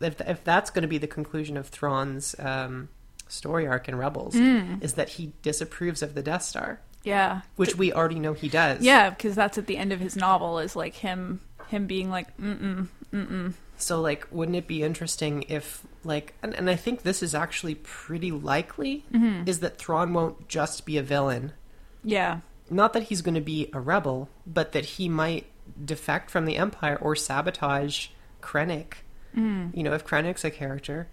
Speaker 1: if, if that's going to be the conclusion of Thrawn's um, story arc in Rebels, is that he disapproves of the Death Star
Speaker 2: Yeah.
Speaker 1: which we already know he does.
Speaker 2: Yeah, because that's at the end of his novel is like him him being like, mm mm mm mm.
Speaker 1: So like, wouldn't it be interesting if like, and, and I think this is actually pretty likely, is that Thrawn won't just be a villain.
Speaker 2: Yeah,
Speaker 1: Not that he's going to be a rebel, but that he might defect from the Empire or sabotage Krennic. You know, if Krennic's a character,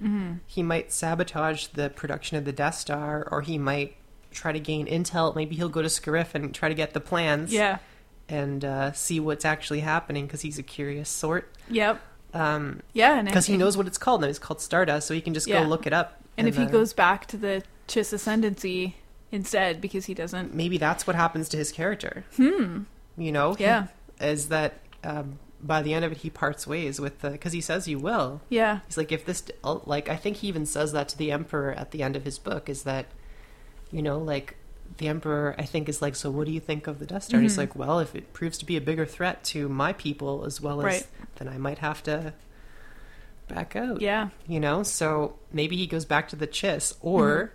Speaker 1: he might sabotage the production of the Death Star, or he might try to gain intel. Maybe he'll go to Scarif and try to get the plans
Speaker 2: yeah,
Speaker 1: and uh, see what's actually happening because he's a curious sort.
Speaker 2: yep,
Speaker 1: Um,
Speaker 2: yeah. And
Speaker 1: because
Speaker 2: if,
Speaker 1: he knows what it's called now. It's called Stardust, so he can just
Speaker 2: Yeah.
Speaker 1: go look it up.
Speaker 2: and if he
Speaker 1: then-
Speaker 2: goes back to the Chiss ascendancy instead, because he doesn't.
Speaker 1: maybe that's what happens to his character.
Speaker 2: Hmm.
Speaker 1: You know, He-
Speaker 2: Yeah.
Speaker 1: is that um, by the end of it he parts ways with the because he says you will.
Speaker 2: Yeah.
Speaker 1: oh, He's like if this like I think he even says that to the Emperor at the end of his book is that You know, like the Emperor, I think, is like, so what do you think of the Death Star? And He's
Speaker 2: Mhm.
Speaker 1: like, well, if it proves to be a bigger threat to my people as well as,
Speaker 2: Right.
Speaker 1: then I might have to back out.
Speaker 2: Yeah.
Speaker 1: You know, so maybe he goes back to the Chiss, or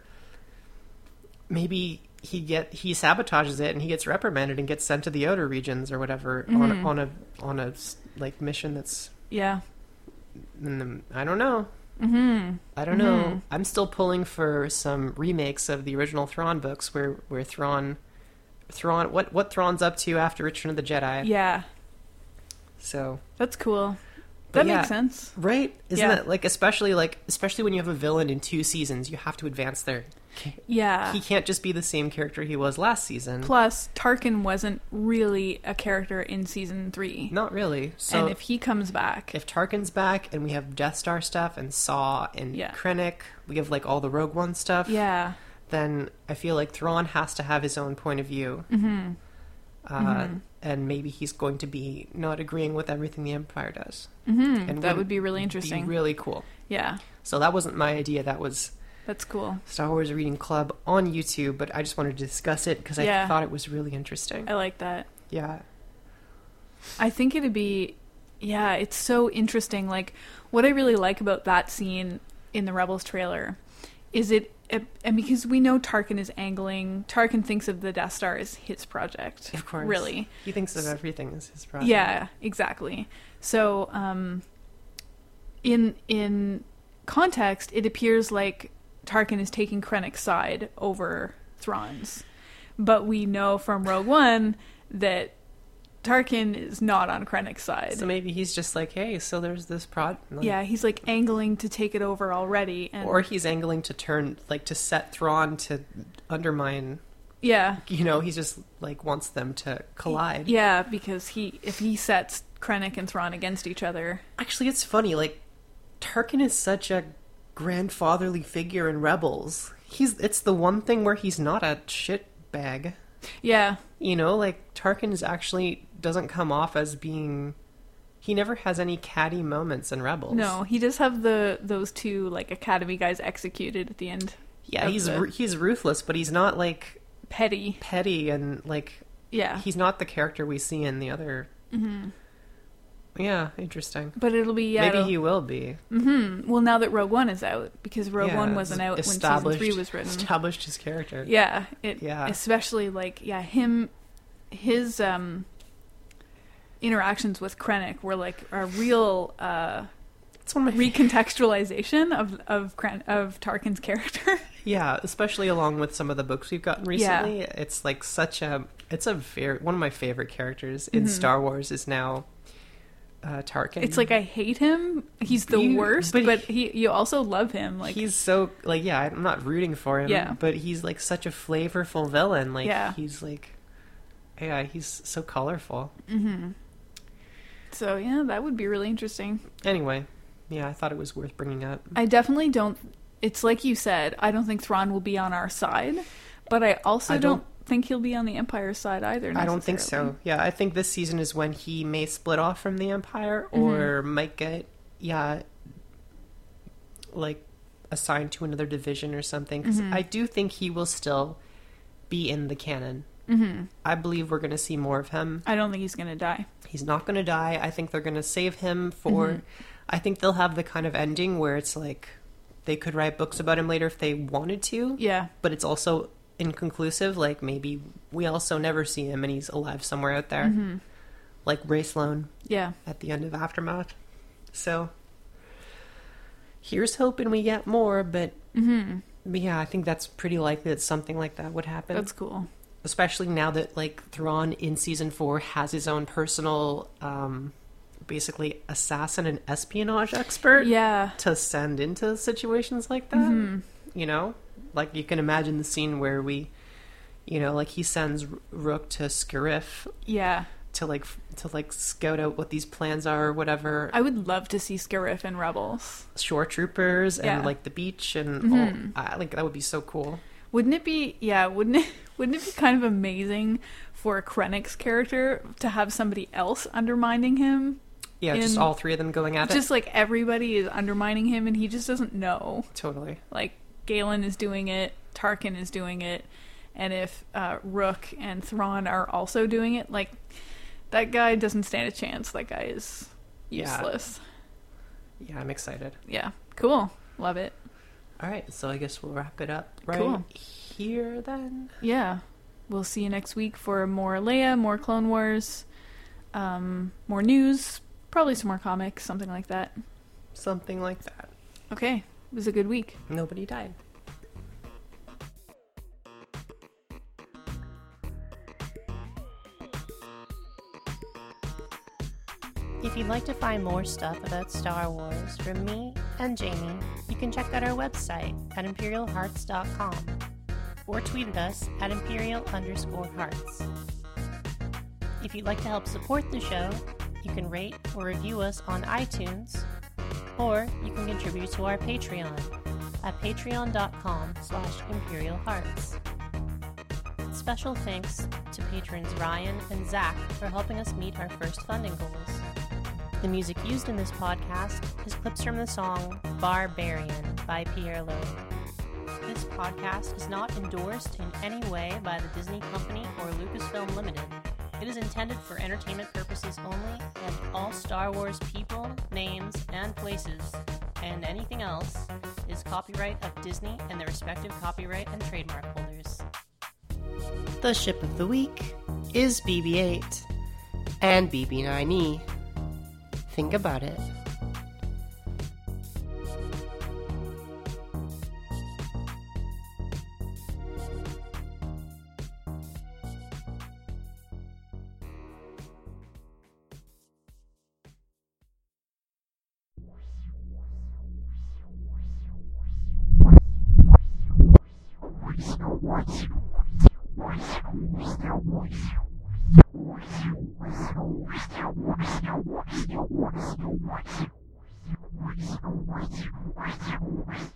Speaker 2: Mm-hmm.
Speaker 1: maybe he get he sabotages it and he gets reprimanded and gets sent to the outer regions or whatever
Speaker 2: Mhm.
Speaker 1: on on a on a s- like mission that's.
Speaker 2: Yeah.
Speaker 1: In the, I don't know.
Speaker 2: Mm-hmm.
Speaker 1: I don't know.
Speaker 2: Mhm.
Speaker 1: I'm still pulling for some remakes of the original Thrawn books where where Thrawn Thrawn what what Thrawn's up to after Return of the Jedi.
Speaker 2: Yeah.
Speaker 1: So
Speaker 2: That's cool.
Speaker 1: But
Speaker 2: That
Speaker 1: yeah.
Speaker 2: makes sense.
Speaker 1: right, isn't
Speaker 2: Yeah.
Speaker 1: that like especially like especially when you have a villain in two seasons, you have to advance their.
Speaker 2: Yeah.
Speaker 1: He can't just be the same character he was last season.
Speaker 2: Plus, Tarkin wasn't really a character in season three.
Speaker 1: Not really. Mm-hmm. So
Speaker 2: and
Speaker 1: if,
Speaker 2: if he comes back,
Speaker 1: Tarkin's back and we have Death Star stuff and Saw and
Speaker 2: Yeah.
Speaker 1: Krennic, we have like all the Rogue One stuff.
Speaker 2: yeah,
Speaker 1: then I feel like Thrawn has to have his own point of view.
Speaker 2: Mm-hmm.
Speaker 1: Uh, And maybe he's going to be not agreeing with everything the Empire does.
Speaker 2: hmm
Speaker 1: And
Speaker 2: that
Speaker 1: wouldn't
Speaker 2: would be really interesting.
Speaker 1: Be really cool.
Speaker 2: yeah,
Speaker 1: So that wasn't my idea. That was
Speaker 2: that's cool.
Speaker 1: Star Wars Reading Club on YouTube, but I just wanted to discuss it because I
Speaker 2: Yeah. Uh,
Speaker 1: thought it was really interesting.
Speaker 2: I like that.
Speaker 1: Yeah.
Speaker 2: I think it'd be, yeah, it's so interesting. Like, what I really like about that scene in the Rebels trailer is it, and because we know Tarkin is angling, Tarkin thinks of the Death Star as his project.
Speaker 1: Of course.
Speaker 2: Really.
Speaker 1: He thinks of
Speaker 2: S-
Speaker 1: everything as his project.
Speaker 2: Yeah, exactly. So, um, in in context, it appears like Tarkin is taking Krennic's side over Thrawn's, but we know from Rogue One that Tarkin is not on Krennic's side.
Speaker 1: So maybe he's just like, hey, so there's this prod. like-
Speaker 2: yeah, he's like angling to take it over already, and
Speaker 1: Or he's angling to turn, like, to set Thrawn to undermine
Speaker 2: yeah,
Speaker 1: you know, he's just like wants them to collide.
Speaker 2: yeah, because he if he sets Krennic and Thrawn against each other,
Speaker 1: Actually, it's funny. Like Tarkin is such a grandfatherly figure in Rebels. He's it's the one thing where he's not a shit bag.
Speaker 2: yeah,
Speaker 1: You know, like Tarkin is actually doesn't come off as being. He never has any catty moments in Rebels.
Speaker 2: no, he does have the those two like Academy guys executed at the end.
Speaker 1: Yeah,
Speaker 2: Of
Speaker 1: he's
Speaker 2: the-
Speaker 1: ru- he's ruthless, but he's not like
Speaker 2: petty.
Speaker 1: petty and like
Speaker 2: Yeah.
Speaker 1: he's not the character we see in the other. Yeah, interesting.
Speaker 2: but it'll be yeah.
Speaker 1: Maybe he will be.
Speaker 2: hmm Well, now that Rogue One is out, because Rogue
Speaker 1: Yeah,
Speaker 2: One wasn't out when season
Speaker 1: established-
Speaker 2: three was written.
Speaker 1: Established his character.
Speaker 2: Yeah, it.
Speaker 1: Yeah.
Speaker 2: Especially like yeah, him, his um, interactions with Krennic were like a real uh,
Speaker 1: It's one of my
Speaker 2: recontextualization of of Kren- of Tarkin's character.
Speaker 1: yeah, especially along with some of the books we've gotten recently. It's like such a it's a very one of my favorite characters in
Speaker 2: Mhm.
Speaker 1: Star Wars is now uh Tarkin.
Speaker 2: It's like I hate him. He's the
Speaker 1: You-
Speaker 2: worst,
Speaker 1: but
Speaker 2: but, he, you also love him. Like
Speaker 1: he's so like yeah, I'm not rooting for him,
Speaker 2: Yeah.
Speaker 1: but he's like such a flavorful villain. Like
Speaker 2: Yeah.
Speaker 1: he's like yeah, he's so colorful.
Speaker 2: hmm So yeah, that would be really interesting.
Speaker 1: Anyway, yeah, I thought it was worth bringing up.
Speaker 2: I definitely don't. It's like you said. I don't think Thrawn will be on our side, but I also
Speaker 1: I
Speaker 2: don't,
Speaker 1: don't-
Speaker 2: think he'll be on the Empire's side either.
Speaker 1: I don't think
Speaker 2: necessarily.
Speaker 1: so. Yeah, I think this season is when he may split off from the Empire or might get, yeah, like assigned to another division or something. 'Cause I do think he will still be in the canon.
Speaker 2: Mhm.
Speaker 1: I believe we're going to see more of him.
Speaker 2: I don't think he's going to die.
Speaker 1: He's not going to die. I think they're going to save him for. I think they'll have the kind of ending where it's like they could write books about him later if they wanted to
Speaker 2: Yeah,
Speaker 1: but it's also inconclusive. Like maybe we also never see him and he's alive somewhere out
Speaker 2: Mm-hmm.
Speaker 1: there, like Ray Sloan
Speaker 2: yeah,
Speaker 1: at the end of Aftermath. So here's hoping we get more, but
Speaker 2: mm-hmm.
Speaker 1: but yeah, I think that's pretty likely that something like that would happen.
Speaker 2: that's cool.
Speaker 1: Especially now that like Thrawn in season four has his own personal, um, basically assassin and espionage expert
Speaker 2: Yeah, Mm-hmm.
Speaker 1: to send into situations like that. You know, like you can imagine the scene where we, you know, like he sends R- Rook to Scarif
Speaker 2: yeah.
Speaker 1: to like f- to like scout out what these plans are or whatever.
Speaker 2: I would love to see Scarif and Rebels.
Speaker 1: Shore troopers and
Speaker 2: Yeah. Mm-hmm.
Speaker 1: like the beach and all. I think that would be so cool.
Speaker 2: Wouldn't it be? Yeah, wouldn't it? Wouldn't it be kind of amazing for Krennic's character to have somebody else undermining him?
Speaker 1: Yeah, just
Speaker 2: In-
Speaker 1: all three of them going at
Speaker 2: Just like everybody is undermining him, and he just doesn't know.
Speaker 1: it. Totally.
Speaker 2: Like Galen is doing it. Tarkin is doing it, and if uh, Rook and Thrawn are also doing it, like that guy doesn't stand a chance. That guy is
Speaker 1: Yeah.
Speaker 2: useless.
Speaker 1: Yeah, I'm excited.
Speaker 2: Yeah, cool, love it.
Speaker 1: All right, so I guess we'll wrap it up right
Speaker 2: Cool.
Speaker 1: here then.
Speaker 2: Yeah, we'll see you next week for more Leia, more Clone Wars, um, more news, probably some more comics, something like that.
Speaker 1: Something like that.
Speaker 2: Okay, it was a good week.
Speaker 1: Nobody died.
Speaker 3: If you'd like to find more stuff about Star Wars from me and Jamie, you can check out our website at imperialhearts.com or tweet at us at imperial underscore hearts. If you'd like to help support the show, you can rate or review us on iTunes or you can contribute to our Patreon at patreon.com slash imperial hearts. Special thanks to patrons Ryan and Zach for helping us meet our first funding goals. The music used in this podcast is clips from the song Barbarian by Pierre Lowe. This podcast is not endorsed in any way by the Disney Company or Lucasfilm Limited. It is intended for entertainment purposes only, and all Star Wars people, names, and places, and anything else, is copyright of Disney and their respective copyright and trademark holders.
Speaker 1: The ship of the week is BB 8 and BB 9E. E. Think about it.
Speaker 4: Thank you.